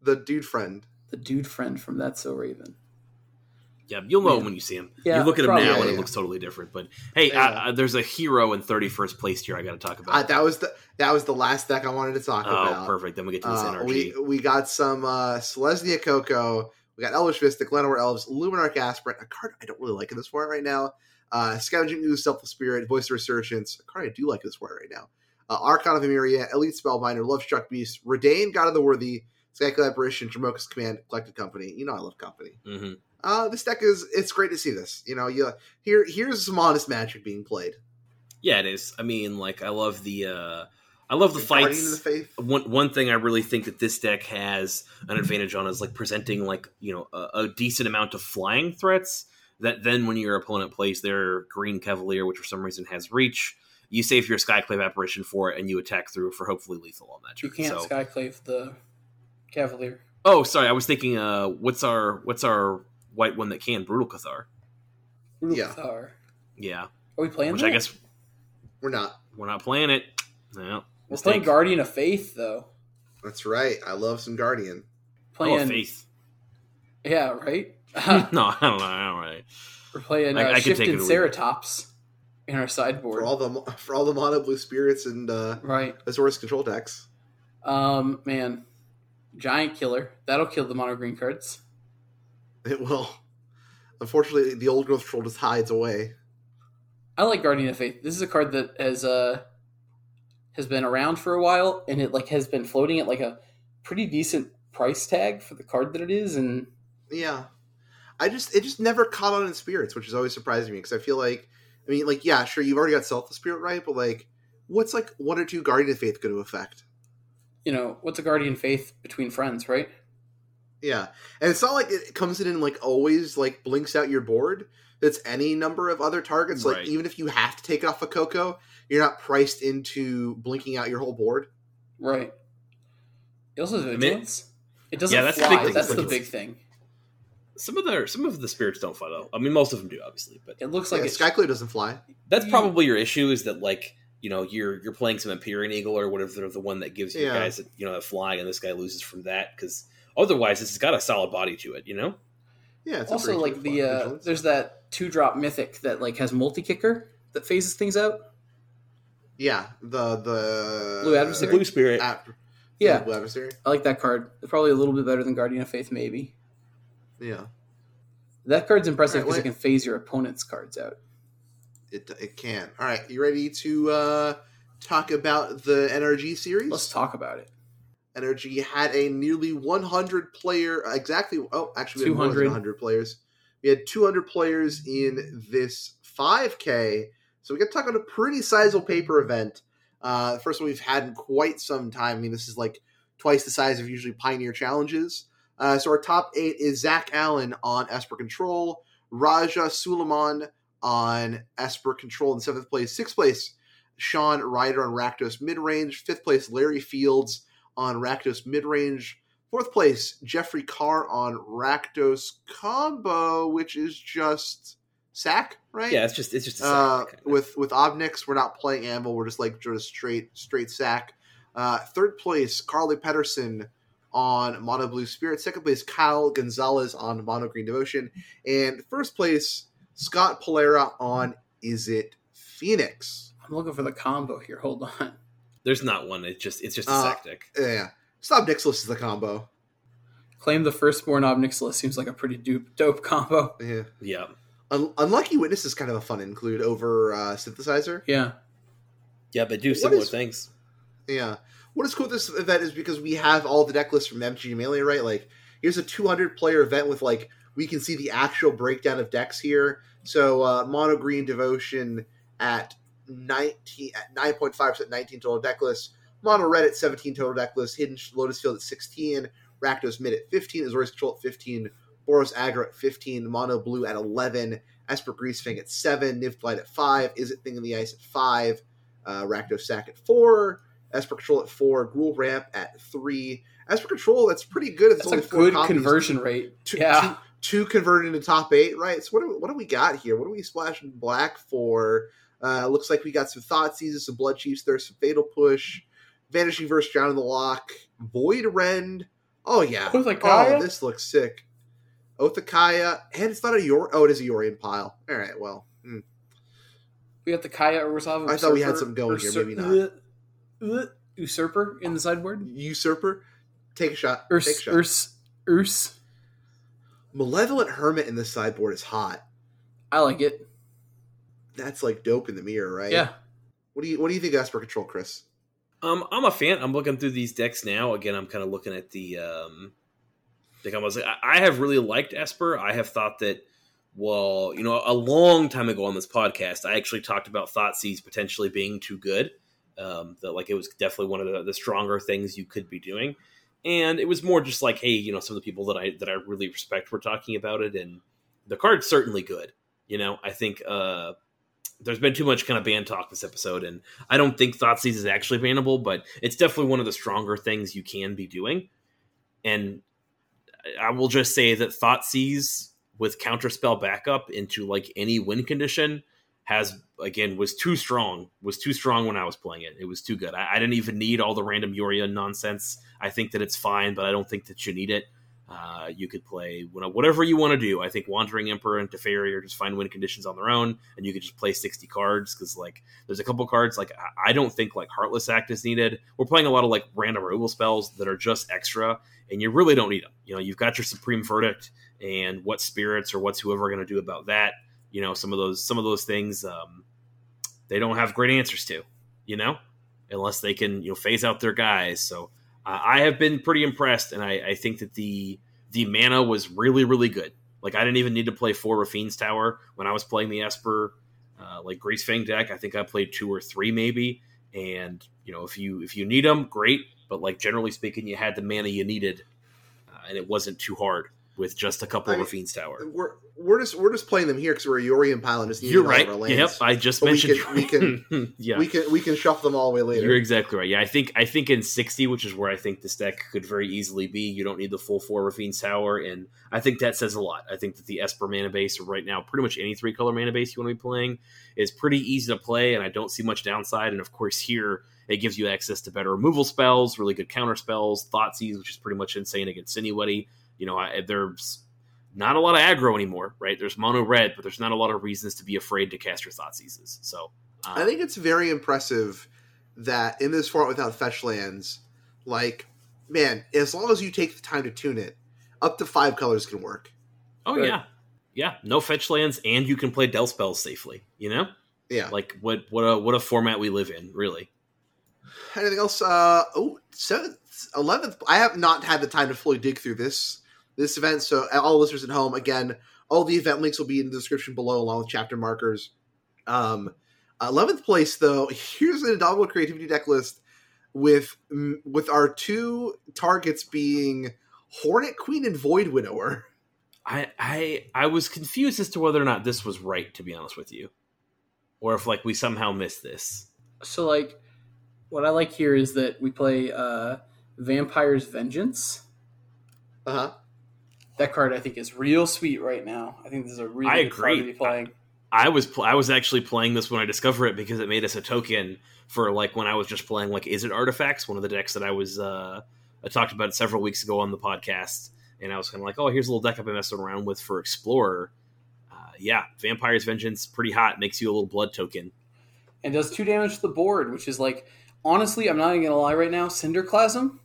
S1: the dude friend.
S3: the dude friend from That's So Raven.
S2: Yeah, you'll know
S3: Yeah.
S2: when you see him.
S3: Yeah,
S2: you look at him
S3: probably.
S2: now,
S1: Yeah,
S2: and it
S1: yeah.
S2: looks totally different. But hey,
S1: Yeah.
S2: uh, uh, there's a hero in 31st place here. I got to talk about.
S1: Uh, that was the that was the last deck I wanted to talk
S2: oh,
S1: about.
S2: perfect. Then we get to this
S1: Uh,
S2: energy.
S1: we we got some uh, Selesnya Coco. We got Elvish Fist, the Glenor Elves, Luminarch Aspirant, a card I don't really like in this format right now. Uh, Scavenging Ooze, Selfless Spirit, Voice of Resurgence, a card I do like in this format right now. Uh, Archon of Emeria, Elite Spellbinder, Lovestruck Beast, Redain, God of the Worthy, Skyclad Apparition, Dramoka's Command, Collected Company. You know I love Company.
S2: hmm
S1: Uh, this deck is it's great to see this. You know, you here here's some honest magic being played.
S2: Yeah, it is. I mean, like I love the uh I love the
S1: Guardian
S2: fights.
S1: of the Faith.
S2: one one thing I really think that this deck has an advantage on is like presenting like you know a, a decent amount of flying threats. That then when your opponent plays their green cavalier, which for some reason has reach, you save your skyclave apparition for it, and you attack through for hopefully lethal on that
S3: You
S2: turn.
S3: can't
S2: So,
S3: skyclave the Cavalier.
S2: oh, sorry, I was thinking, uh, what's our what's our white one that can brutal cathar?
S1: Yeah.
S3: Ruthar. Are
S2: Yeah,
S3: we playing?
S2: which
S3: that?
S2: I guess
S1: We're not.
S2: we're not playing it. No,
S3: we're playing
S2: mistake.
S3: Guardian of Faith though.
S1: That's right. I love some Guardian.
S2: Oh,
S3: Playing
S2: a faith.
S3: Yeah, right.
S2: No, I don't know. I don't really.
S3: We're playing uh,
S2: I- I could take it or
S3: Shifted
S2: leave it.
S3: Ceratops in our sideboard.
S1: For all the mo- for all the mono blue spirits and uh
S3: right.
S1: Azorius control decks.
S3: Um, man. Giant Killer. That'll kill the mono green cards.
S1: It will. Unfortunately, the old growth control just hides away.
S3: I like Guardian of Faith. This is a card that has uh has been around for a while and it like has been floating at like a pretty decent price tag for the card that it is and
S1: Yeah, I just it just never caught on in spirits, which is always surprising me because I feel like I mean like yeah sure you've already got selfless spirit right, but like what's like one or two Guardian of Faith going to affect?
S3: you know, what's a Guardian Faith between friends, right?
S1: Yeah, and it's not like it comes in and like always like blinks out your board. It's any number of other targets.
S2: Right.
S1: Like even if you have to take it off a Coco, you're not priced into blinking out your whole board.
S3: Right. It also has
S2: mean-
S3: vigilance. It doesn't
S2: Yeah, that's the
S3: fly.
S2: big thing,
S3: that's
S2: is
S3: the
S2: vigilance.
S3: big thing.
S2: Some of the some of the spirits don't fly though. I mean, most of them do, obviously. But
S3: It looks
S1: Like
S3: like
S1: yeah,
S3: it's
S1: Skyclave doesn't fly.
S2: that's
S3: You-
S2: probably your issue is that like you know you're you're playing some Empyrean Eagle or whatever they're the one that gives you
S1: Yeah.
S2: guys that you know that fly, and this guy loses from that because otherwise this has got a solid body to it. You know,
S1: Yeah, it's a
S3: also
S1: free
S3: like
S1: fly.
S3: the uh,
S1: Vigilance.
S3: there's that two drop mythic that like has multi kicker that phases things out.
S1: yeah the the
S3: Blue Adversary?
S2: blue spirit.
S1: App-
S3: Yeah,
S1: blue adversary.
S3: I like that card. It's probably a little bit better than Guardian of Faith, maybe.
S1: Yeah,
S3: That card's impressive
S1: Alright,
S3: because
S1: wait.
S3: it can phase your opponent's cards out.
S1: it it can. All right, you ready to uh talk about the NRG series?
S3: Let's talk about it.
S1: Energy had a nearly 100 player exactly. Oh, actually, we had more than
S3: 200.
S1: 100 players. We had 200 players in this 5K. So we got to talk about a pretty sizable paper event. Uh, first one we've had in quite some time. I mean, this is like twice the size of usually Pioneer challenges. Uh, so our top eight is Zach Allen on Esper Control, Raja Suleiman on Esper Control in seventh place, sixth place Sean Ryder on Rakdos mid range, fifth place Larry Fields on Rakdos midrange. Fourth place, Jeffrey Carr on Rakdos combo, which is just sack, right?
S2: yeah, it's just it's just a
S1: Uh,
S2: sack.
S1: with with Obnix, we're not playing Anvil. We're just like just straight straight sack. Uh, third place, Carly Pedersen on Mono Blue Spirit. Second place, Kyle Gonzalez on Mono Green Devotion. And first place, Scott Polera on Is It Phoenix?
S3: I'm looking for the combo here. Hold on.
S2: there's not one. It's just it's just a
S1: uh,
S2: sack deck.
S1: Yeah, Stop Nixless is the combo.
S3: Claim the firstborn Obnixilus seems like a pretty dupe, dope combo.
S1: Yeah.
S2: Yeah,
S1: Un- Unlucky Witness is kind of a fun include over uh, Synthesizer.
S3: Yeah.
S2: yeah, they do
S1: What
S2: similar
S1: is-
S2: things.
S1: Yeah. What is cool with this event is because we have all the deck lists from MTG Melee, right? Like, here's a 200 player event with, like, we can see the actual breakdown of decks here. So, uh, Mono Green Devotion at 19 at 9.5%, 19 total deck list. Mono Red at 17 total deck list. Hidden Lotus Field at 16. Rakdos Mid at 15. Azorius Control at 15. Boros Aggro at 15. Mono Blue at 11. Esper Greasefang at 7. Nivblight at 5. Is It Thing in the Ice at 5. Uh, Rakdos Sack at 4. Esper Control at four, Gruul Ramp at three. Esper Control, that's pretty good. It's
S3: That's
S1: only
S3: a
S1: four
S3: good
S1: copies.
S3: conversion rate.
S1: Two,
S3: yeah.
S1: two, two converted into top eight, right? So what do, what do we got here? What do we splash in black for? Uh, looks like we got some Thought Seizes, some Blood Chiefs there, some Fatal Push, Vanishing Verse, Drown in the Lock, Void Rend. Oh, yeah.
S3: Othakaya?
S1: Oh, this looks sick. Othakaya. And it's not a Yor. Oh, it is a Yorian pile. All right, well. mm.
S3: We got the Kaya Orzhov.
S1: I thought we had some going here, maybe not.
S3: Uh, Usurper in the sideboard.
S1: Usurper, take a shot.
S3: Urs,
S1: take a shot.
S3: Urs, Urs.
S1: Malevolent Hermit in the sideboard is hot.
S3: I like it.
S1: That's like dope in the mirror, right?
S3: Yeah.
S1: What do you What do you think of Esper Control, Chris?
S2: Um, I'm a fan. I'm looking through these decks now. Again, I'm kind of looking at the um, like I was like, I I have really liked Esper. I have thought that, well, you know, a long time ago on this podcast, I actually talked about Thoughtseize potentially being too good. Um, that like it was definitely one of the, the stronger things you could be doing, and it was more just like, hey, you know, some of the people that I that I really respect were talking about it, and the card's certainly good. You know, I think uh, there's been too much kind of ban talk this episode, and I don't think Thoughtseize is actually bannable, but it's definitely one of the stronger things you can be doing. And I will just say that Thoughtseize with counterspell backup into like any win condition has again was too strong. Was too strong when I was playing it. It was too good. I, I didn't even need all the random Yoria nonsense. I think that it's fine, but I don't think that you need it. Uh, you could play you know, whatever you want to do. I think Wandering Emperor and Teferi are just fine win conditions on their own, and you could just play 60 cards because, like, there's a couple cards, like, I- I don't think, like, Heartless Act is needed. We're playing a lot of, like, random removal spells that are just extra, and you really don't need them. You know, you've got your Supreme Verdict and what spirits or what's whoever going to do about that. You know, some of those, some of those things, um, they don't have great answers to, you know, unless they can, you know, phase out their guys. So, uh, I I have been pretty impressed, and I, I think that the the mana was really really good. Like I didn't even need to play four Rafine's Tower when I was playing the Esper uh, like Greasefang deck. I think I played two or three maybe, and you know if you if you need them, great. But like generally speaking, you had the mana you needed, uh, and it wasn't too hard with just a couple
S1: I mean,
S2: Rafine's Tower.
S1: We're we're just we're just playing them here because we're a Yorian pile and just needing
S2: You're
S1: all
S2: right.
S1: Of our
S2: Yep,
S1: lands.
S2: I just
S1: But we
S2: mentioned.
S1: can- we can-
S2: yeah,
S1: We can we can shuffle them all the way later.
S2: You're exactly right. Yeah, I think I think in 60, which is where I think this deck could very easily be, you don't need the full four Rafine's Tower, and I think that says a lot. I think that the Esper mana base, or right now, pretty much any three color mana base you want to be playing, is pretty easy to play, and I don't see much downside. And of course, here it gives you access to better removal spells, really good counter spells, Thoughtseize, which is pretty much insane against anybody. You know, I, there's not a lot of aggro anymore, right? There's mono red, but there's not a lot of reasons to be afraid to cast your Thoughtseizes. So uh,
S1: I think it's very impressive that in this format without fetch lands, like man, as long as you take the time to tune it, up to five colors can work.
S2: Oh
S3: Right.
S2: yeah, yeah. No fetch lands, and you can play Dell spells safely. You know,
S1: Yeah.
S2: like what what a what a format we live in, really.
S1: Anything else? Uh, oh, seventh, eleventh. I have not had the time to fully dig through this this event. So uh, all listeners at home, again, all the event links will be in the description below, along with chapter markers. Um, eleventh place, though. Here's an indomitable creativity deck list with mm, with our two targets being Hornet Queen and Void Widower.
S2: I I I was confused as to whether or not this was right, to be honest with you, or if like we somehow missed this.
S3: So like, what I like here is that we play uh, Vampire's Vengeance.
S1: Uh huh.
S3: That card I think is real sweet right now. I think this is a really
S2: I
S3: good card to
S2: agree.
S3: be playing.
S2: I was pl- I was actually playing this when I discovered it because it made us a token for like when I was just playing like is it artifacts one of the decks that I was uh, I talked about it several weeks ago on the podcast and I was kind of like oh here's a little deck I've been messing around with for Explorer uh, yeah Vampire's Vengeance pretty hot makes you a little blood token
S3: and does two damage to the board, which is like honestly, I'm not even gonna lie right now. Cinderclasm,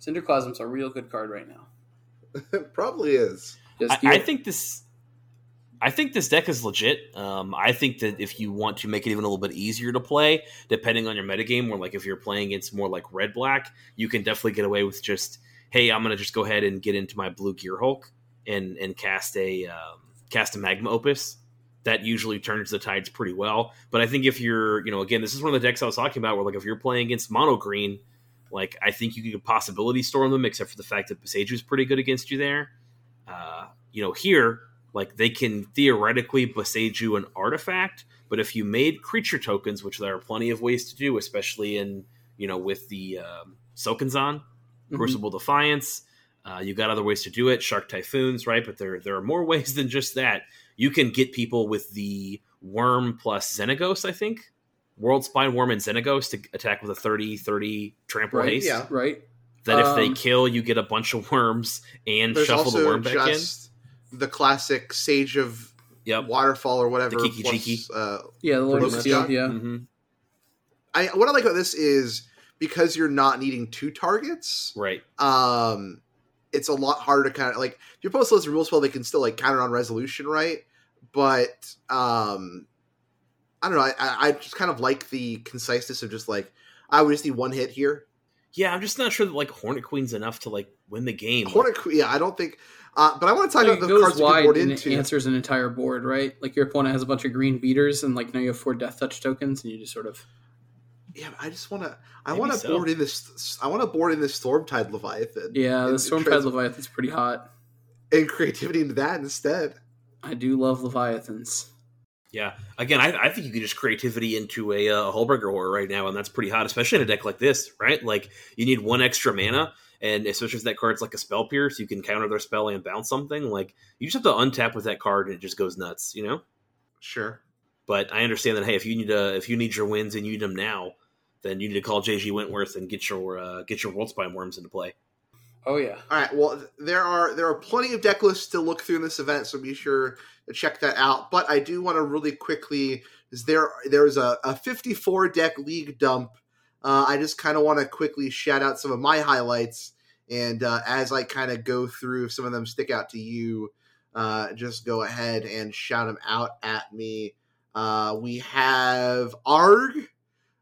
S3: Cinderclasm's a real good card right now.
S1: Probably is.
S3: Just
S2: I, I think this I think this deck is legit. Um, I think that if you want to make it even a little bit easier to play, depending on your metagame, or like if you're playing against more like red black, you can definitely get away with just, hey, I'm gonna just go ahead and get into my blue gear hulk and and cast a um, cast a magma opus. That usually turns the tides pretty well. But I think if you're, you know, again, this is one of the decks I was talking about where like if you're playing against mono green, like I think you could possibility storm them, except for the fact that Paseju's pretty good against you there uh, you know, here, like they can theoretically besage you an artifact, but if you made creature tokens, which there are plenty of ways to do, especially in, you know, with the um, Sokanzan,
S1: Mm-hmm.
S3: Mhm.
S2: Crucible Defiance. Uh, you got other ways to do it, Shark Typhoons, right? But there there are more ways than just that. You can get people with the Worm plus Xenagos, I think. World Spine Worm and Xenagos to attack with a 30 30 trample
S3: Right,
S2: haste.
S1: yeah.
S3: right?
S2: That if they
S3: Um,
S2: kill, you get a bunch of worms and
S1: There's
S2: shuffle the
S1: also
S2: worm back
S1: just the classic Sage of
S2: in. Yep.
S1: Waterfall or whatever.
S2: The Kiki
S1: plus,
S2: Jiki.
S1: uh,
S3: Yeah, the Lord of
S1: Locust
S3: Steel.
S1: Shock?
S3: Yeah,
S2: hmm
S1: I what I like about this is because you're not needing two targets.
S2: Right.
S1: Um, it's a lot harder to kind of like if your opponent still has a rule spell. They can still like counter on resolution, right? But um, I don't know. I, I I just kind of like the conciseness of just like I would just need one hit here.
S2: Yeah, I'm just not sure that like Hornet Queen's enough to like win the game.
S1: Hornet, Que- yeah, I don't think. Uh, but I want to talk
S3: Like,
S1: about
S3: it
S1: the
S3: goes
S1: cards you can
S3: wide
S1: board
S3: and it
S1: into.
S3: answers an entire board, right? Like your opponent has a bunch of green beaters, and like now you have four death touch tokens, and you just sort of
S1: Yeah, I just want to. I
S2: Maybe
S1: want to
S2: so.
S1: board in this. I want to board in this Stormtide Leviathan.
S3: yeah. The
S1: And
S3: Storm
S1: trans-
S3: Tide Leviathan's pretty hot.
S1: and creativity into that instead.
S3: I do love Leviathans.
S2: Yeah. Again, I, I think you could just creativity into a, uh, a Holberger horror right now, and that's pretty hot, especially in a deck like this, right? Like, you need one extra mana, and especially if that card's like a spell pierce, you can counter their spell and bounce something. Like, you just have to untap with that card, and it just goes nuts, you know?
S1: Sure.
S2: But I understand that, hey, if you need uh, if you need your wins and you need them now, then you need to call JG Wentworth and get your uh, get your World Spine Worms into play.
S3: Oh yeah,
S1: All right. Well, th- there are there are plenty of deck lists to look through in this event, so be sure to check that out. But I do want to really quickly is there there is a, a 54 deck league dump. Uh, I just kind of want to quickly shout out some of my highlights, and uh, as I kind of go through, if some of them stick out to you, uh, just go ahead and shout them out at me. Uh, we have Arg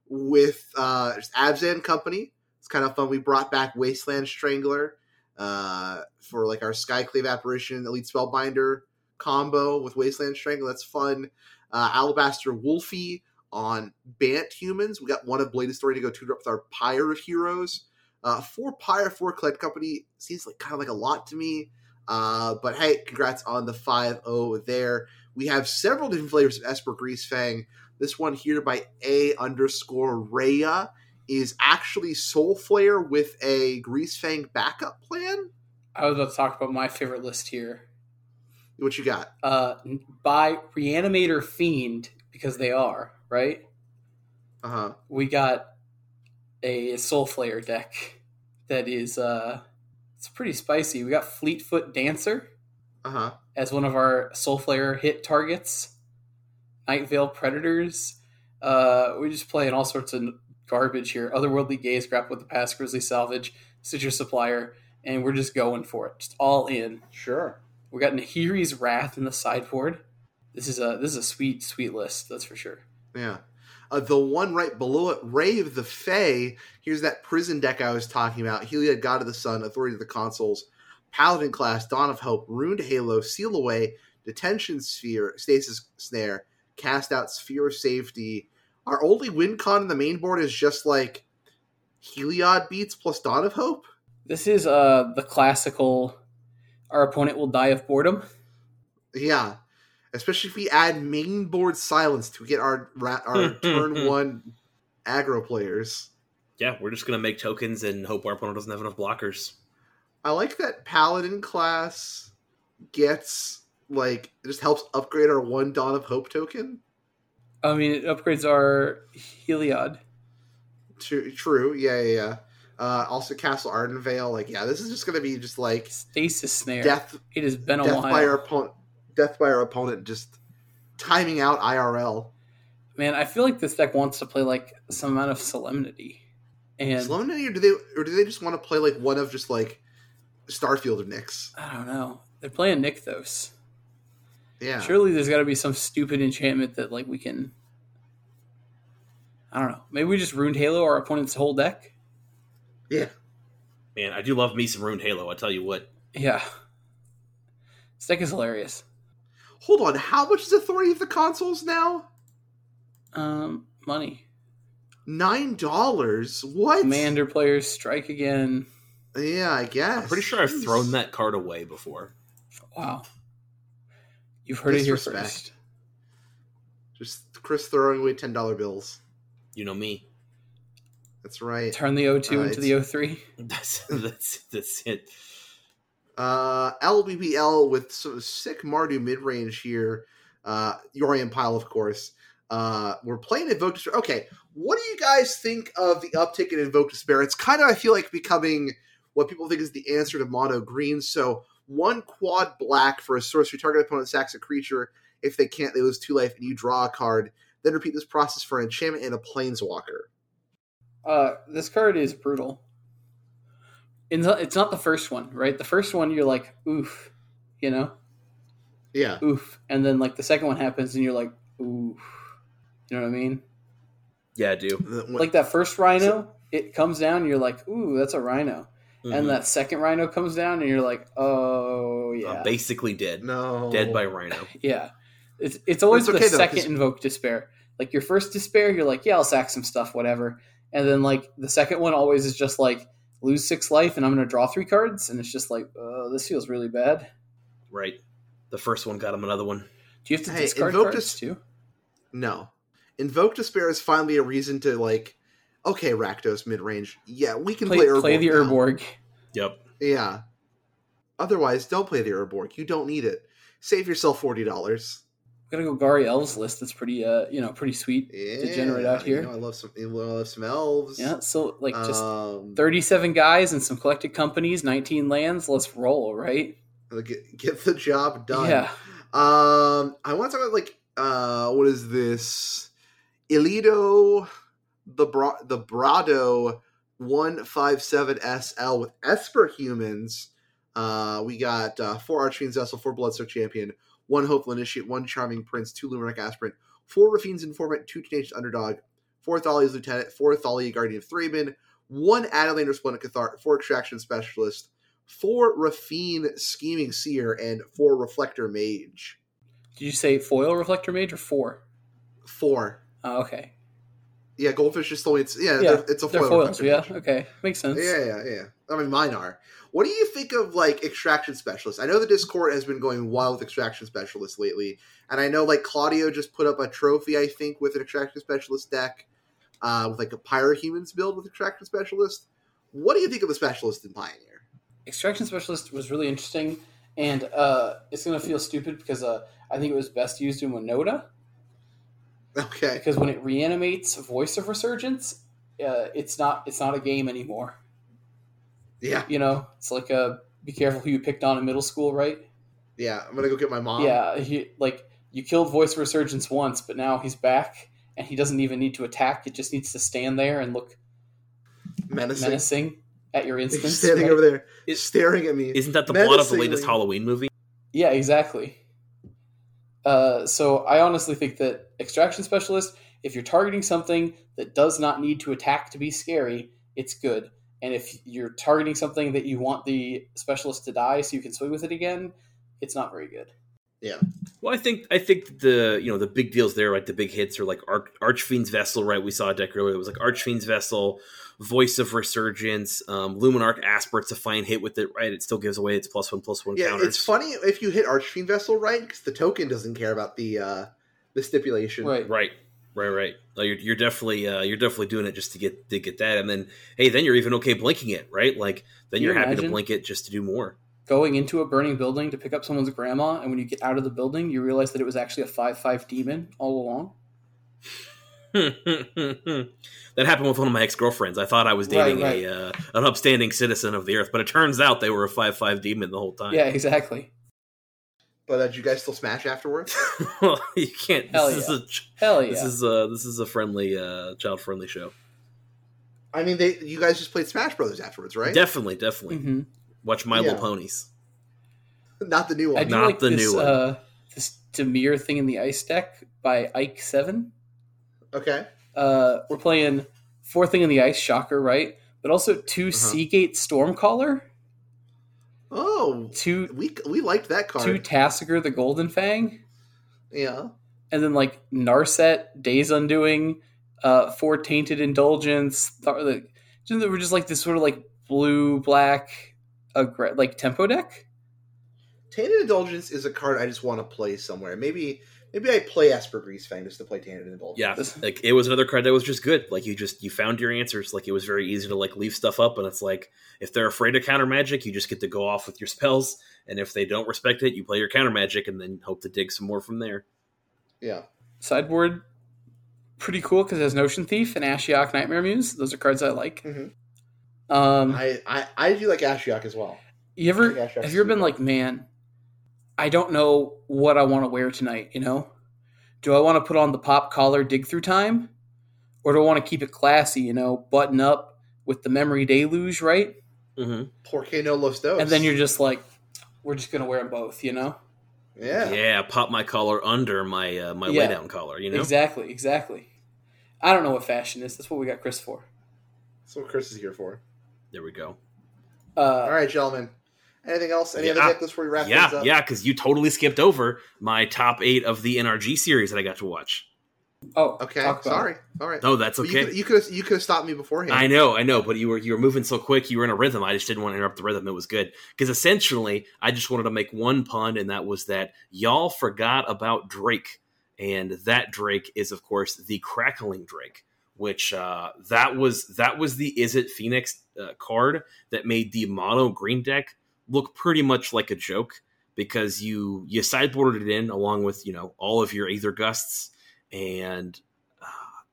S1: with uh, just Abzan Company. It's kind of fun. We brought back Wasteland Strangler uh, for like our Skyclave Apparition Elite Spellbinder combo with Wasteland Strangle. That's fun. Uh, Alabaster Wolfie on Bant Humans. We got one of Blade's story to go tutor up with our Pyre of Heroes. Uh, four Pyre, four Collect Company seems like kind of like a lot to me. Uh, but hey, congrats on the 5 0 there. We have several different flavors of Esper Greasefang. This one here by A underscore Rhea is actually Soul Flare with a Greasefang backup plan.
S3: I was about to talk about my favorite list here.
S1: What you got?
S3: Uh, by Reanimator Fiend because they are right.
S1: Uh huh.
S3: we got a soul flare deck that is uh it's pretty spicy we got fleetfoot dancer
S1: Uh huh.
S3: as one of our soul flare hit targets night vale predators uh we just playing all sorts of garbage here otherworldly gaze grapple with the past grizzly salvage stitcher supplier and we're just going for it just all in
S1: Sure.
S3: we got nahiri's wrath in the sideboard this is a this is a sweet sweet list that's for sure
S1: Yeah. Uh, the one right below it, Ray of the Fae. Here's that prison deck I was talking about. Heliod, God of the Sun, Authority of the Consoles, Paladin Class, Dawn of Hope, Ruined Halo, Seal Away, Detention Sphere, Stasis Snare, Cast Out Sphere of Safety. Our only win con in the main board is just like Heliod beats plus Dawn of Hope.
S3: This is uh the classical our opponent will die of boredom.
S1: Yeah. Especially if we add main board silence to get our ra- our turn one aggro players.
S2: Yeah, we're just gonna make tokens and hope our opponent doesn't have enough blockers.
S1: I like that paladin class gets like it just helps upgrade our one Dawn of Hope token.
S3: I mean it upgrades our Heliod.
S1: True, true. yeah, yeah, yeah. Uh, also, Castle Arden Vale. Like, yeah, this is just gonna be just like
S3: Stasis snare.
S1: death,
S3: it has been a
S1: death by our
S3: while.
S1: opponent, death by our opponent, just timing out IRL.
S3: Man, I feel like this deck wants to play like some amount of solemnity. And
S1: Solemnity, or do they, or do they just want to play like one of just like Starfield of Nyx?
S3: I don't know. They're playing Nykthos.
S1: Yeah,
S3: Surely there's gotta be some stupid enchantment that like we can I don't know. Maybe we just ruined Halo our opponent's whole deck?
S1: yeah.
S2: Man, I do love me some Ruined Halo. I tell you what,
S3: Yeah. This deck is hilarious.
S1: Hold on, how much is Authority of the Consoles now?
S3: Um money.
S1: Nine dollars. What?
S3: commander players strike again.
S1: Yeah, I guess.
S2: I'm pretty sure I've
S1: Jeez.
S2: thrown that card away before.
S3: Wow. You've heard it here
S1: Disrespect.
S3: first.
S1: Just Chris throwing away ten dollar bills.
S2: You know me.
S1: That's right.
S3: Turn the O2
S1: Uh,
S3: into the O3.
S2: That's that's that's it.
S1: Uh, LBBL with some sick Mardu mid range here. uh, Yorian Pyle, of course. Uh, we're playing Invoke Despair. Okay, what do you guys think of the uptick in Invoke Despair? It's kind of, I feel like, becoming what people think is the answer to Mono Green. So one quad black for a sorcery target opponent sacks a creature. If they can't, they lose two life, and you draw a card. Then repeat this process for an enchantment and a planeswalker.
S3: Uh, this card is brutal. It's not, it's not the first one, right? The first one you're like, oof, you know,
S1: Yeah,
S3: oof, and then like the second one happens and you're like, oof, you know what I mean?
S2: Yeah, I do.
S3: Like that first rhino, it comes down and you're like, ooh, that's a rhino,
S2: Mm-hmm.
S1: uh,
S3: and that second rhino comes down and you're like, oh
S2: Mhm.
S3: yeah,
S2: I'm basically dead.
S1: no,
S2: Dead by Rhino.
S3: Yeah. It's it's always
S1: It's okay,
S3: the
S1: though,
S3: second
S1: 'cause-
S3: invoke despair. Like your first despair, you're like, yeah, I'll sack some stuff, whatever. And then like the second one always is just like lose six life and I'm gonna draw three cards, and it's just like, oh, this feels really bad.
S2: Right. The first one got him another one.
S3: Do you have to
S1: Hey,
S3: discard
S1: invoke
S3: cards
S1: dis-
S3: too?
S1: No. Invoke Despair is finally a reason to like, okay, Rakdos mid range. Yeah, we can
S3: Play,
S1: play
S3: play,
S1: Urborg
S3: the
S1: now.
S3: Urborg.
S2: Yep.
S1: Yeah. Otherwise, don't play the Urborg. You don't need it. Save yourself forty dollars.
S3: We're gonna go Gary Elves list. That's pretty uh you know pretty sweet.
S1: Yeah,
S3: Degenerate out here.
S1: You know, I love some. I love some elves.
S3: Yeah. So like just
S1: um,
S3: 37 guys and some collected companies, 19 lands. Let's roll, right?
S1: get, get the job done.
S3: Yeah.
S1: Um, I want to talk about like uh, what is this? Ilido, the Bra- the Brado one five seven SL with Esper humans. Uh, we got uh, four Archfiends Vessel, four Bloodstock Champion, one Hopeful Initiate, one Charming Prince, two Lumeric Aspirant, four Rafine's Informant, two Tenacious Underdog, four Thalia's Lieutenant, four Thalia Guardian of Thraben, one Adelander Splendid Cathart, four Extraction Specialist, four Rafine Scheming Seer, and four Reflector Mage.
S3: Did you say foil reflector mage or four?
S1: Four.
S3: Oh, okay.
S1: Yeah, goldfish is still it's yeah,
S3: Yeah,
S1: they're, it's a
S3: They're
S1: foil
S3: foils,
S1: reflector
S3: yeah.
S1: mage.
S3: Okay, makes sense.
S1: yeah, yeah, yeah. I mean, mine are. What do you think of like extraction specialists? I know the Discord has been going wild with extraction specialists lately, and I know like Claudio just put up a trophy, I think, with an extraction specialist deck, uh, with like a pyro humans build with extraction specialist. What do you think of the specialist in Pioneer?
S3: Extraction Specialist was really interesting, and uh, it's going to feel stupid because uh, I think it was best used in Winota
S1: Okay,
S3: because when it reanimates Voice of Resurgence, uh, it's not it's not a game anymore.
S1: yeah,
S3: You know, it's like a be careful who you picked on in middle school, right?
S1: yeah. I'm gonna go get my mom.
S3: yeah, he, like you killed Voice of Resurgence once, but now he's back and he doesn't even need to attack. It just needs to stand there and look
S1: menacing.
S3: menacing at your
S1: He's
S3: instance.
S1: standing
S3: right?
S1: over there,
S2: Is-
S1: staring at me.
S2: Isn't that the plot of the
S1: Menacingly.
S2: latest Halloween movie?
S3: Yeah, exactly. Uh, so I honestly think that extraction specialist, if you're targeting something that does not need to attack to be scary, it's good. And if you're targeting something that you want the specialist to die so you can swing with it again, it's not very good.
S2: Well, I think I think the you know the big deals there, right? The big hits are like Arch- Archfiend's Vessel, right? We saw a deck earlier that was like Archfiend's Vessel, Voice of Resurgence, um, Luminarch Aspirate's a fine hit with it, right? It still gives away its plus one plus one
S1: Yeah,
S2: counters.
S1: it's funny if you hit Archfiend Vessel right because the token doesn't care about the uh, the stipulation.
S3: Right.
S2: Right, right, right. Like you're, you're definitely uh, you're definitely doing it just to get to get that, and then hey, then you're even okay blinking it, right? Like then
S3: Can you
S2: you're happy to
S3: imagine?
S2: blink it just to do more.
S3: Going into a burning building to pick up someone's grandma, and when you get out of the building, you realize that it was actually a 5 5 demon all along.
S2: that happened with one of my ex girlfriends. I thought I was
S3: Right,
S2: dating a uh, an upstanding citizen of the earth, but it turns out they were a five five demon the whole time.
S3: Yeah, exactly.
S1: But uh, did you guys still smash afterwards?
S2: you can't. This
S3: Hell
S2: is
S3: yeah.
S2: a ch-
S3: Hell yeah.
S2: this is a this is a friendly uh, child friendly show.
S1: I mean, they you guys just played Smash Brothers afterwards, right?
S2: Definitely, definitely
S3: Mhm.
S2: watch My
S1: Yeah.
S2: Little Ponies.
S1: Not the new
S3: I
S1: one.
S3: do
S2: Not
S3: like
S2: the
S3: this,
S2: new one.
S3: Uh, this Demir thing in the ice deck by Ike Seven.
S1: Okay.
S3: Uh, we're playing four thing in the ice shocker, right? But also 2 Seagate Stormcaller,
S1: Oh,
S3: two
S1: we we liked that card.
S3: two Tassiger the Golden Fang,
S1: yeah.
S3: and then like Narset Days Undoing, uh, four Tainted Indulgence. Th- like, just- they were just like this sort of like blue black, aggra- like tempo deck.
S1: Tainted Indulgence is a card I just want to play somewhere. Maybe maybe I play Esper Grease Fang just to play Tainted Indulgence.
S2: Yeah,
S3: This-
S2: like it was another card that was just good. Like you just you found your answers. Like it was very easy to like leave stuff up, and it's like if they're afraid of counter magic, you just get to go off with your spells, and if they don't respect it, you play your counter magic and then hope to dig some more from there.
S1: Yeah.
S3: Sideboard, pretty cool because it has Notion Thief and Ashiok Nightmare Muse. Those are cards I like.
S1: Mhm.
S3: Um,
S1: I, I, I do like Ashiok as well.
S3: you ever
S1: I think Ashiok's
S3: have you ever been
S1: sweet.
S3: like, man, I don't know what I want to wear tonight. You know, do I want to put on the pop collar dig through time, or do I want to keep it classy? You know, button up with the memory deluge, right?
S2: hmm
S1: Porque no los dos.
S3: And then you're just like, we're just gonna wear them both. You know,
S1: Yeah.
S2: Yeah. pop my collar under my uh, my
S3: Yeah.
S2: laydown collar. You know,
S3: exactly, exactly. I don't know what fashion is. That's what we got Chris for.
S1: That's what Chris is here for.
S2: there we go.
S3: Uh,
S1: All right, gentlemen. Anything else? Any other
S2: Yeah.
S1: tech before we wrap things
S2: yeah,
S1: up?
S2: yeah, because you totally skipped over my top eight of the NRG series that I got to watch.
S3: Oh,
S1: Okay.
S3: talk about
S1: Sorry.
S3: it.
S1: All right.
S2: No, that's
S1: But You
S2: okay.
S1: could you could have, you could have stopped me beforehand.
S2: I know, I know, but you were you were moving so quick. You were in a rhythm. I just didn't want to interrupt the rhythm. It was good because essentially, I just wanted to make one pun, and that was that y'all forgot about Drake, and that Drake is, of course, the crackling Drake, which uh, that was that was the is it Phoenix uh, card that made the mono green deck look pretty much like a joke because you you sideboarded it in along with you know all of your aether gusts and uh,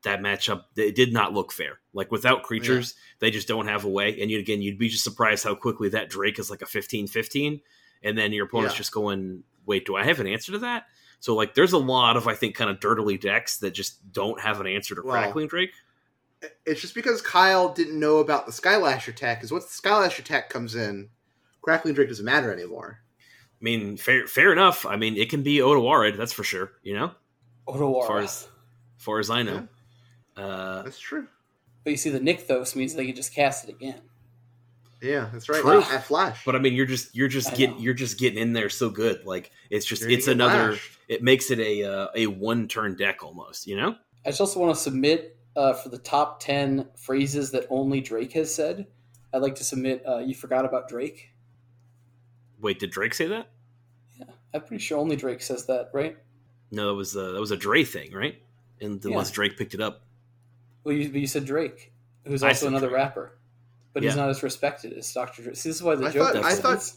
S2: that matchup it did not look fair like without creatures they just don't have a way and you again you'd be just surprised how quickly that drake is like a 15-15 and then your opponent's
S1: Yeah.
S2: just going wait do i have an answer to that so like there's a lot of i think kind of dirtily decks that just don't have an answer to
S1: Well,
S2: crackling drake
S1: It's just because Kyle didn't know about the Skylasher tech. Because once the Skylasher tech comes in, Crackling Drake doesn't matter anymore.
S2: i mean fair fair enough i mean it can be odawarid that's for sure you know
S3: Odawara.
S2: Far as- far as i know uh
S1: That's true.
S3: But you see, the Nykthos means they can just cast it again.
S1: Yeah, that's right.
S2: True.
S1: At Flash.
S2: But I mean, you're just you're just
S3: I
S2: get
S3: know.
S2: you're just getting in there so good. Like it's just
S1: You're gonna
S2: it's
S1: get
S2: another.
S1: Flashed.
S2: It makes it a uh, a one turn deck almost. You know.
S3: I just also want to submit uh, for the top 10 phrases that only Drake has said. I'd like to submit uh, You Forgot About Drake.
S2: Wait, did Drake say that?
S3: I'm pretty sure only Drake says that, right?
S2: No, that was uh, that was a Dre thing, right? And
S3: Yeah.
S2: unless Drake picked it up,
S3: Well, you, but you said Drake, who's
S2: I
S3: also
S2: said
S3: another
S2: Drake.
S3: rapper. But he's
S2: Yeah.
S3: not as respected as Dr. Drake. See, this is why the
S1: I
S3: joke
S1: thought-
S2: I
S3: is-
S1: thought-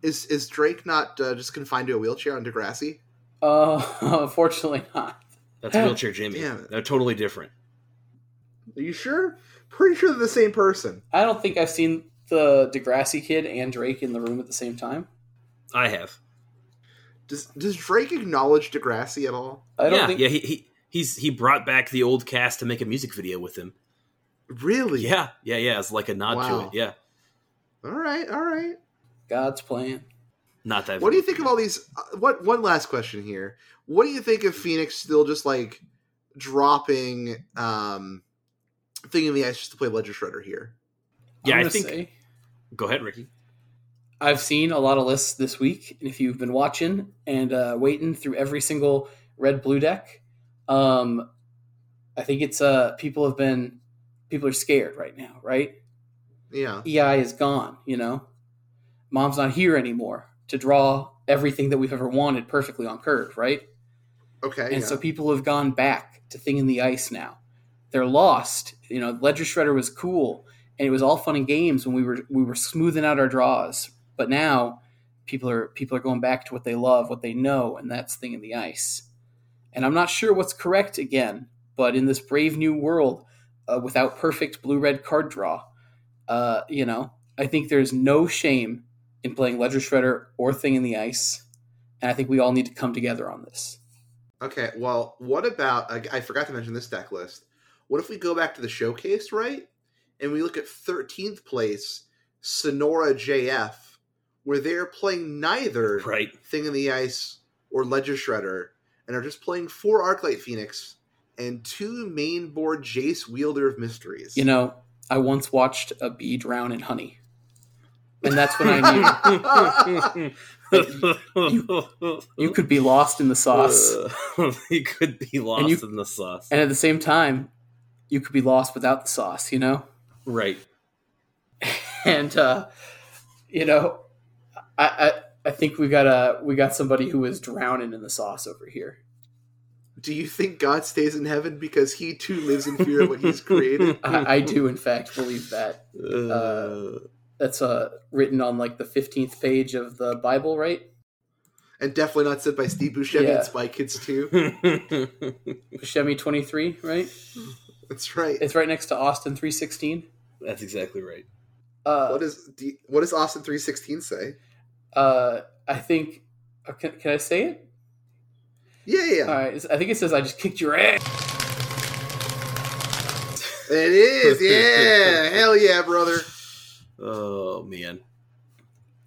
S1: Is is Drake not uh, just confined to a wheelchair on Degrassi?
S3: Uh, unfortunately not.
S2: that's wheelchair Jimmy.
S1: Damn it.
S2: They're totally different.
S1: Are you sure? Pretty sure they're the same person.
S3: I don't think I've seen the Degrassi kid and Drake in the room at the same time.
S2: I have.
S1: Does does Drake acknowledge Degrassi at all?
S3: I don't
S2: yeah,
S3: think
S2: yeah. He, he he's he brought back the old cast to make a music video with him.
S1: Really?
S2: Yeah, yeah, yeah. It's like a nod to
S1: Wow.
S2: it. Yeah,
S1: All right. All right.
S3: God's plan.
S2: not that.
S1: What do you think of all these? Uh, what one last question here? What do you think of Phoenix still just like dropping um thing in the ice just to play Ledger Shredder here?
S2: Yeah,
S3: I'm
S2: I
S3: gonna
S2: think-
S3: say-
S2: Go ahead, Ricky.
S3: I've seen a lot of lists this week. and If you've been watching and uh, waiting through every single red blue deck, um, I think it's uh, people have been people are scared right now. Right,
S1: Yeah,
S3: EI is gone. You know, mom's not here anymore to draw everything that we've ever wanted perfectly on curve. Right,
S1: okay.
S3: and
S1: yeah.
S3: so people have gone back to thing in the ice now. They're lost. You know, Ledger Shredder was cool, and it was all fun and games when we were we were smoothing out our draws. But now, people are people are going back to what they love, what they know, and that's thing in the ice. And I'm not sure what's correct again, but in this brave new world, uh, without perfect blue red card draw, uh, you know, I think there's no shame in playing Ledger Shredder or Thing in the Ice, and I think we all need to come together on this.
S1: okay. Well, what about? I, I forgot to mention this deck list. What if we go back to the showcase, right? And we look at thirteenth place Sonora JF, where they're playing neither
S2: Right.
S1: Thing in the Ice or Ledger Shredder, and are just playing four Arclight Phoenix and two main board Jace Wielder of Mysteries.
S3: You know, I once watched a bee drown in honey. And that's when I knew you could be lost in the sauce.
S2: Uh, you could be lost
S3: you-
S2: in the sauce.
S3: And at the same time, you could be lost without the sauce, you know?
S2: right.
S3: And uh, you know, I, I I think we got a we got somebody who was drowning in the sauce over here.
S1: Do you think God stays in heaven because he too lives in fear of what he's created?
S3: I, I do in fact believe that.
S2: Uh,
S3: That's uh written on like the fifteenth page of the Bible, right?
S1: and definitely not said by Steve Buscemi
S3: Yeah.
S1: and Spy Kids 2.
S3: Buscemi 23, right?
S1: That's right.
S3: It's right next to Austin 316.
S2: That's exactly right.
S3: Uh,
S1: What is D- what does Austin 316 say?
S3: uh, I think. uh, Can, can I say it?
S1: Yeah, yeah.
S3: All right. it's- I think it says, I just kicked your ass.
S1: It is. Yeah. Hell yeah, brother.
S2: Oh man.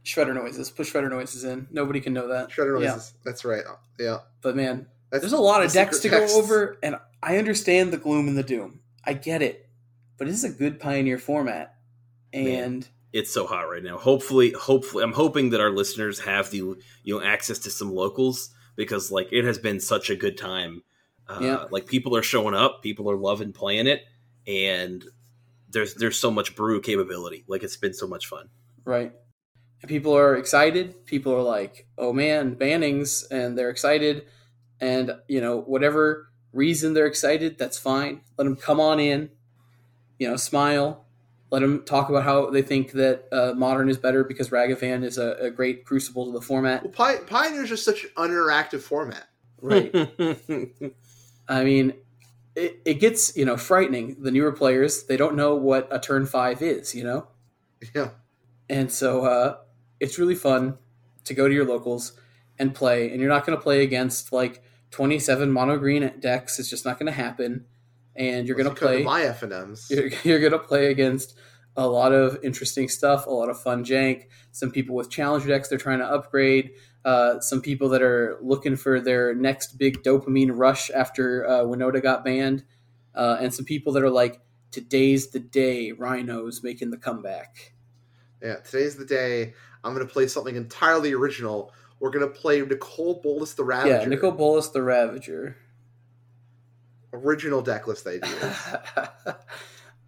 S3: Shredder noises. Put shredder noises in. Nobody can know that.
S1: Shredder
S3: Yeah.
S1: noises. That's right. Yeah.
S3: But man,
S1: That's
S3: there's a lot of
S1: the
S3: decks
S1: secret
S3: to
S1: texts.
S3: go over, and I understand the gloom and the doom. I get it, but this is a good pioneer format, and
S2: It's so hot right now. Hopefully, hopefully, I'm hoping that our listeners have the you know access to some locals because like it has been such a good time. Uh,
S3: Yeah.
S2: Like people are showing up, people are loving playing it, and there's there's so much brew capability. Like it's been so much fun.
S3: right, and people are excited. People are like, "Oh man, bannings," and they're excited, and you know whatever reason they're excited, that's fine. Let them come on in, you know, smile. Let them talk about how they think that uh, modern is better because Ragavan is a, a great crucible to the format.
S1: Well, Pi- Pioneer's just such an uninteractive format.
S3: Right. I mean, it, it gets you know frightening. The newer players they don't know what a turn five is, you know,
S1: Yeah.
S3: and so uh, it's really fun to go to your locals and play. And you're not going to play against like 27 mono green decks. It's just not going to happen. And you're going to
S1: Let's go
S3: play
S1: my FNMs.
S3: you're, you're going to play against a lot of interesting stuff, a lot of fun jank. Some people with challenger decks they're trying to upgrade. Uh, some people that are looking for their next big dopamine rush after uh, Winoda got banned, uh, and some people that are like, "Today's the day, Rhino's making the comeback."
S1: Yeah, today's the day. I'm going to play something entirely original. We're going to play Nicole Bolas the Ravager.
S3: Yeah, Nicol Bolas the Ravager.
S1: Original deck list idea.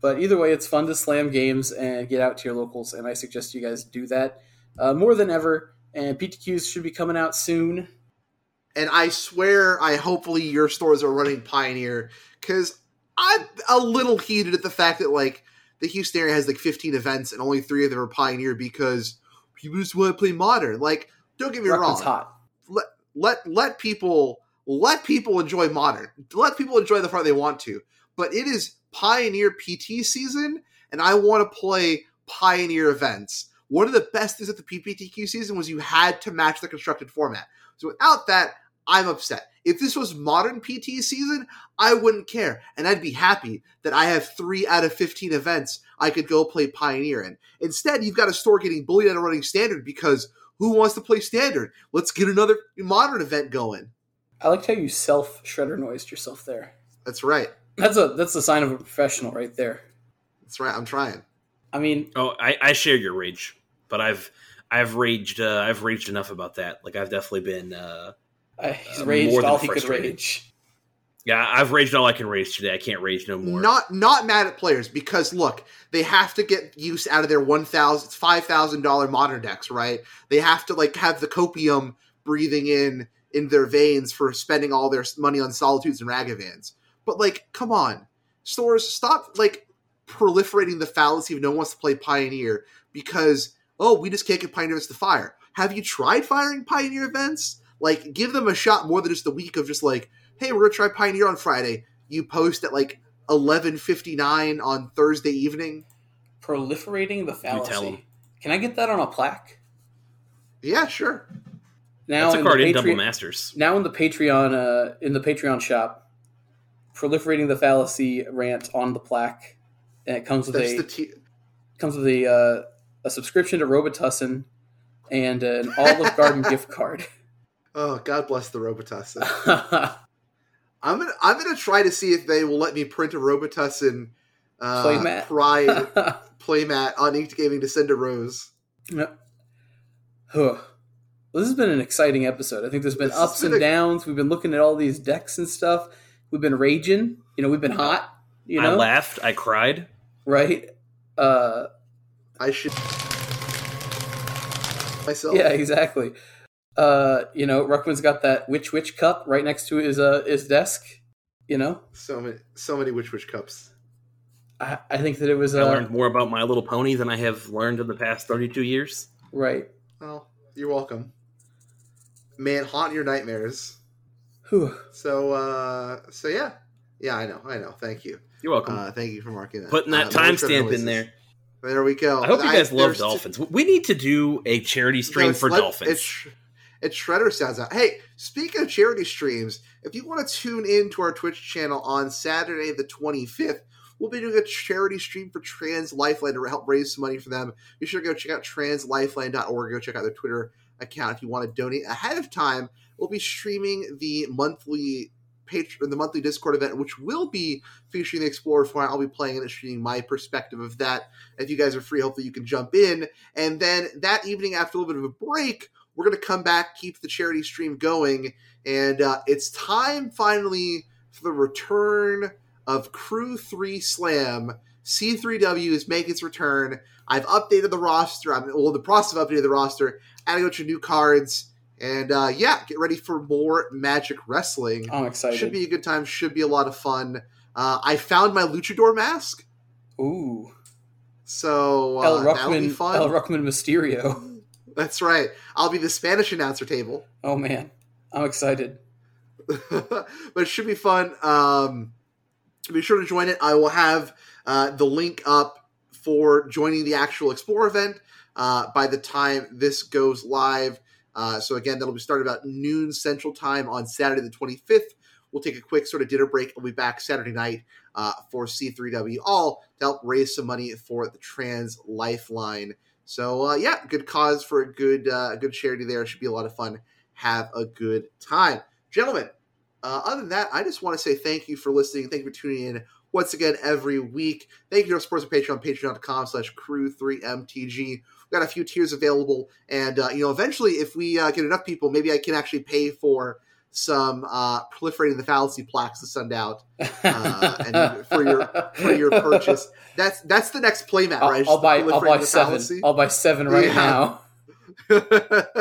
S3: but either way, it's fun to slam games and get out to your locals, and I suggest you guys do that uh, more than ever. And PTQs should be coming out soon.
S1: and I swear, I hopefully your stores are running Pioneer because I'm a little heated at the fact that like the Houston area has like 15 events and only three of them are Pioneer because people just want to play Modern. Like, don't get me
S3: Rockman's
S1: wrong.
S3: hot.
S1: Let let people let people enjoy Modern. Let people enjoy the part they want to. But it is Pioneer PT season, and I want to play Pioneer events. One of the best things at the PPTQ season was you had to match the constructed format. So without that, I'm upset. If this was modern PT season, I wouldn't care. And I'd be happy that I have three out of 15 events I could go play Pioneer in. Instead, you've got a store getting bullied out of running standard because who wants to play standard? Let's get another modern event going.
S3: I liked how you self shredder noised yourself there.
S1: That's right.
S3: That's a that's a sign of a professional right there.
S1: That's right. I'm trying.
S3: I mean,
S2: oh, I, I share your rage, but I've I've raged uh, I've raged enough about that. Like I've definitely been. Uh,
S3: I, he's
S2: Uh, more
S3: raged
S2: than
S3: all he could
S2: frustrated.
S3: rage.
S2: Yeah, I've raged all I can rage today. I can't rage no more.
S1: Not not mad at players because look, they have to get use out of their one thousand five thousand dollar modern decks, right? They have to like have the copium breathing in in their veins for spending all their money on solitudes and ragavans. But like, come on, stores, stop like proliferating the fallacy of no one wants to play pioneer because oh, we just can't get pioneer events to fire. Have you tried firing pioneer events? Like, give them a shot more than just a week of just like, hey, we're gonna try pioneer on Friday. You post at like eleven fifty nine on Thursday evening.
S3: Proliferating the
S2: tell him.
S3: fallacy. Can I get that on a plaque?
S1: Yeah, sure.
S3: Now
S2: That's a
S3: in the
S2: card in Double
S3: Patreon-
S2: Masters.
S3: now in the Patreon uh, in the Patreon shop, proliferating the fallacy rant on the plaque, and it comes with
S1: That's
S3: a
S1: the t-
S3: comes with a uh, a subscription to Robitussin and an Olive Garden gift card.
S1: oh, God bless the Robitussin. I'm gonna I'm gonna try to see if they will let me print a Robitussin uh,
S3: Playmat?
S1: Pride playmat on Inked Gaming to send to Rose.
S3: Yep. Huh. Well, this has been an exciting episode. I think there's been
S1: This has
S3: ups
S1: been
S3: and
S1: a-
S3: downs. We've been looking at all these decks and stuff. We've been raging. You know, we've been hot. You
S2: I
S3: know,
S2: laughed. I cried.
S3: right? Uh,
S1: I should myself.
S3: yeah, exactly. Uh, you know, Ruckman's got that witch witch cup right next to his uh his desk. You know,
S1: So many so many Witch Witch cups.
S3: I, I think that it was
S2: I
S3: uh,
S2: learned more about My Little Pony than I have learned in the past 32 years.
S3: right.
S1: Well, you're welcome. man haunt your nightmares.
S3: Whew.
S1: So uh so yeah. Yeah, I know, I know. Thank you.
S2: You're welcome.
S1: Uh thank you for marking that.
S2: Putting
S1: Uh,
S2: that
S1: Motion
S2: timestamp
S1: Noises.
S2: in there.
S1: There we go.
S2: I hope you guys love
S1: there's t-
S2: dolphins. we need to do a charity stream
S1: No, it's
S2: for
S1: like-
S2: dolphins.
S1: It's, Sh- it's Shredder sounds out. Hey, speaking of charity streams, if you want to tune in to our Twitch channel on Saturday the 25th, we'll be doing a charity stream for Trans Lifeline to help raise some money for them. Be sure to go check out translifeline.org. Go check out their Twitter account if you want to donate ahead of time. We'll be streaming the monthly patron, the monthly Discord event, which will be featuring the Explorer format. I'll be playing it and streaming my perspective of that. If you guys are free, hopefully you can jump in. And then that evening, after a little bit of a break, we're going to come back, keep the charity stream going. And uh, it's time finally for the return of Crew 3 Slam. C3W is making its return. I've updated the roster. I'm well, in the process of updating the roster, adding a bunch of new cards. And uh, yeah, get ready for more Magic Wrestling.
S3: I'm excited.
S1: Should be a good time. Should be a lot of fun. Uh, I found my luchador mask,
S3: Ooh.
S1: so uh,
S3: El
S1: that'll be
S3: Ruckman.
S1: fun.
S3: El Ruckman Mysterio.
S1: That's right. I'll be the Spanish announcer table,
S3: Oh man, I'm excited.
S1: but it should be fun. Um, be sure to join it. I will have uh, the link up for joining the actual Explore event uh, by the time this goes live. Uh, so again, that'll be started about noon Central Time on Saturday the 25th. We'll take a quick sort of dinner break. We'll be back Saturday night uh, for C3W All to help raise some money for the Trans Lifeline. So uh, yeah, good cause for a good uh, good charity there. It should be a lot of fun. Have a good time, gentlemen. Uh, other than that, I just want to say thank you for listening. Thank you for tuning in once again every week. Thank you to our supporters of Patreon, patreon.com slash crew3mtg. We've got a few tiers available. And, uh, you know, eventually, if we uh, get enough people, maybe I can actually pay for some uh, proliferating the fallacy plaques to send out Uh, and for your- for your purchase. That's that's the next playmat,
S3: I'll,
S1: right? It's
S3: I'll
S1: the
S3: buy. I'll
S1: proliferating
S3: buy
S1: the
S3: seven.
S1: fallacy.
S3: I'll buy seven right
S1: Yeah.
S3: now.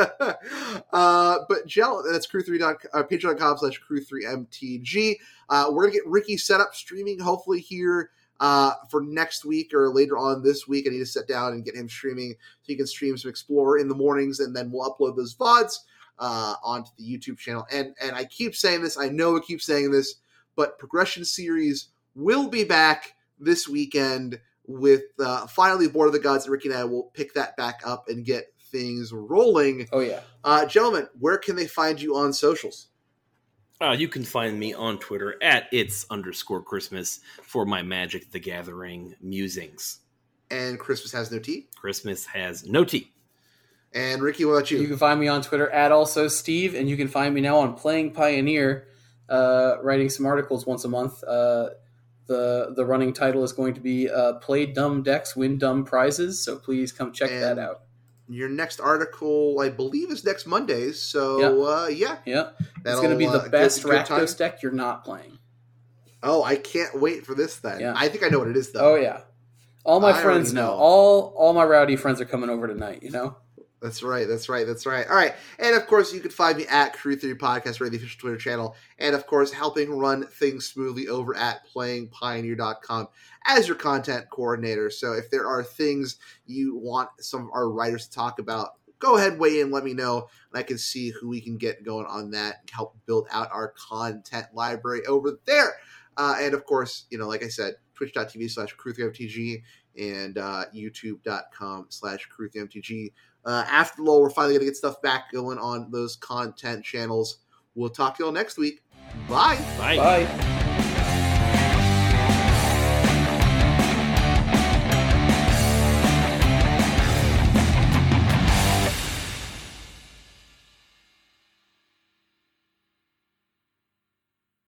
S1: uh, but gel that's crew three dot uh, patreon.com slash crew three mtg uh, we're gonna get ricky set up streaming hopefully here uh, for next week or later on this week i need to sit down and get him streaming so he can stream some explorer in the mornings and then we'll upload those vods uh, onto the youtube channel and and i keep saying this i know i keep saying this but progression series will be back this weekend with uh, finally Board of the Gods. Ricky and I will pick that back up and get things rolling.
S3: Oh yeah.
S1: Uh, gentlemen, where can they find you on socials?
S2: Uh, you can find me on Twitter at it's underscore Christmas for my Magic the Gathering musings.
S1: And Christmas has no tea.
S2: Christmas has no tea.
S1: And Ricky, what about you?
S3: You can find me on Twitter at also Steve, and you can find me now on Playing Pioneer, uh, writing some articles once a month. Uh, the The running title is going to be uh, "Play Dumb Decks, Win Dumb Prizes," so please come check that
S1: And-
S3: out.
S1: Your next article, I believe, is next Monday. So yeah, uh, yeah
S3: Yeah, it's
S1: that'll,
S3: going to be
S1: uh,
S3: the
S1: good-
S3: best
S1: good time.
S3: Rakdos deck you're not playing.
S1: Oh, I can't wait for this. Then
S3: Yeah.
S1: I think I know what it is, though.
S3: Oh yeah, all my
S1: I
S3: friends
S1: already
S3: know.
S1: know.
S3: All all my rowdy friends are coming over tonight. You know.
S1: That's right. That's right. That's right. All right. And of course, you can find me at Crew Theory Podcast, or the official Twitter channel. And of course, helping run things smoothly over at playingpioneer.com as your content coordinator. So if there are things you want some of our writers to talk about, go ahead, weigh in, let me know. And I can see who we can get going on that and help build out our content library over there. Uh, and of course, you know, like I said, twitch.tv slash crew3mtg and uh, youtube.com slash crew3mtg. Uh, after LOL, we're finally going to get stuff back going on those content channels. We'll talk to y'all next week. Bye.
S2: Bye.
S3: Bye.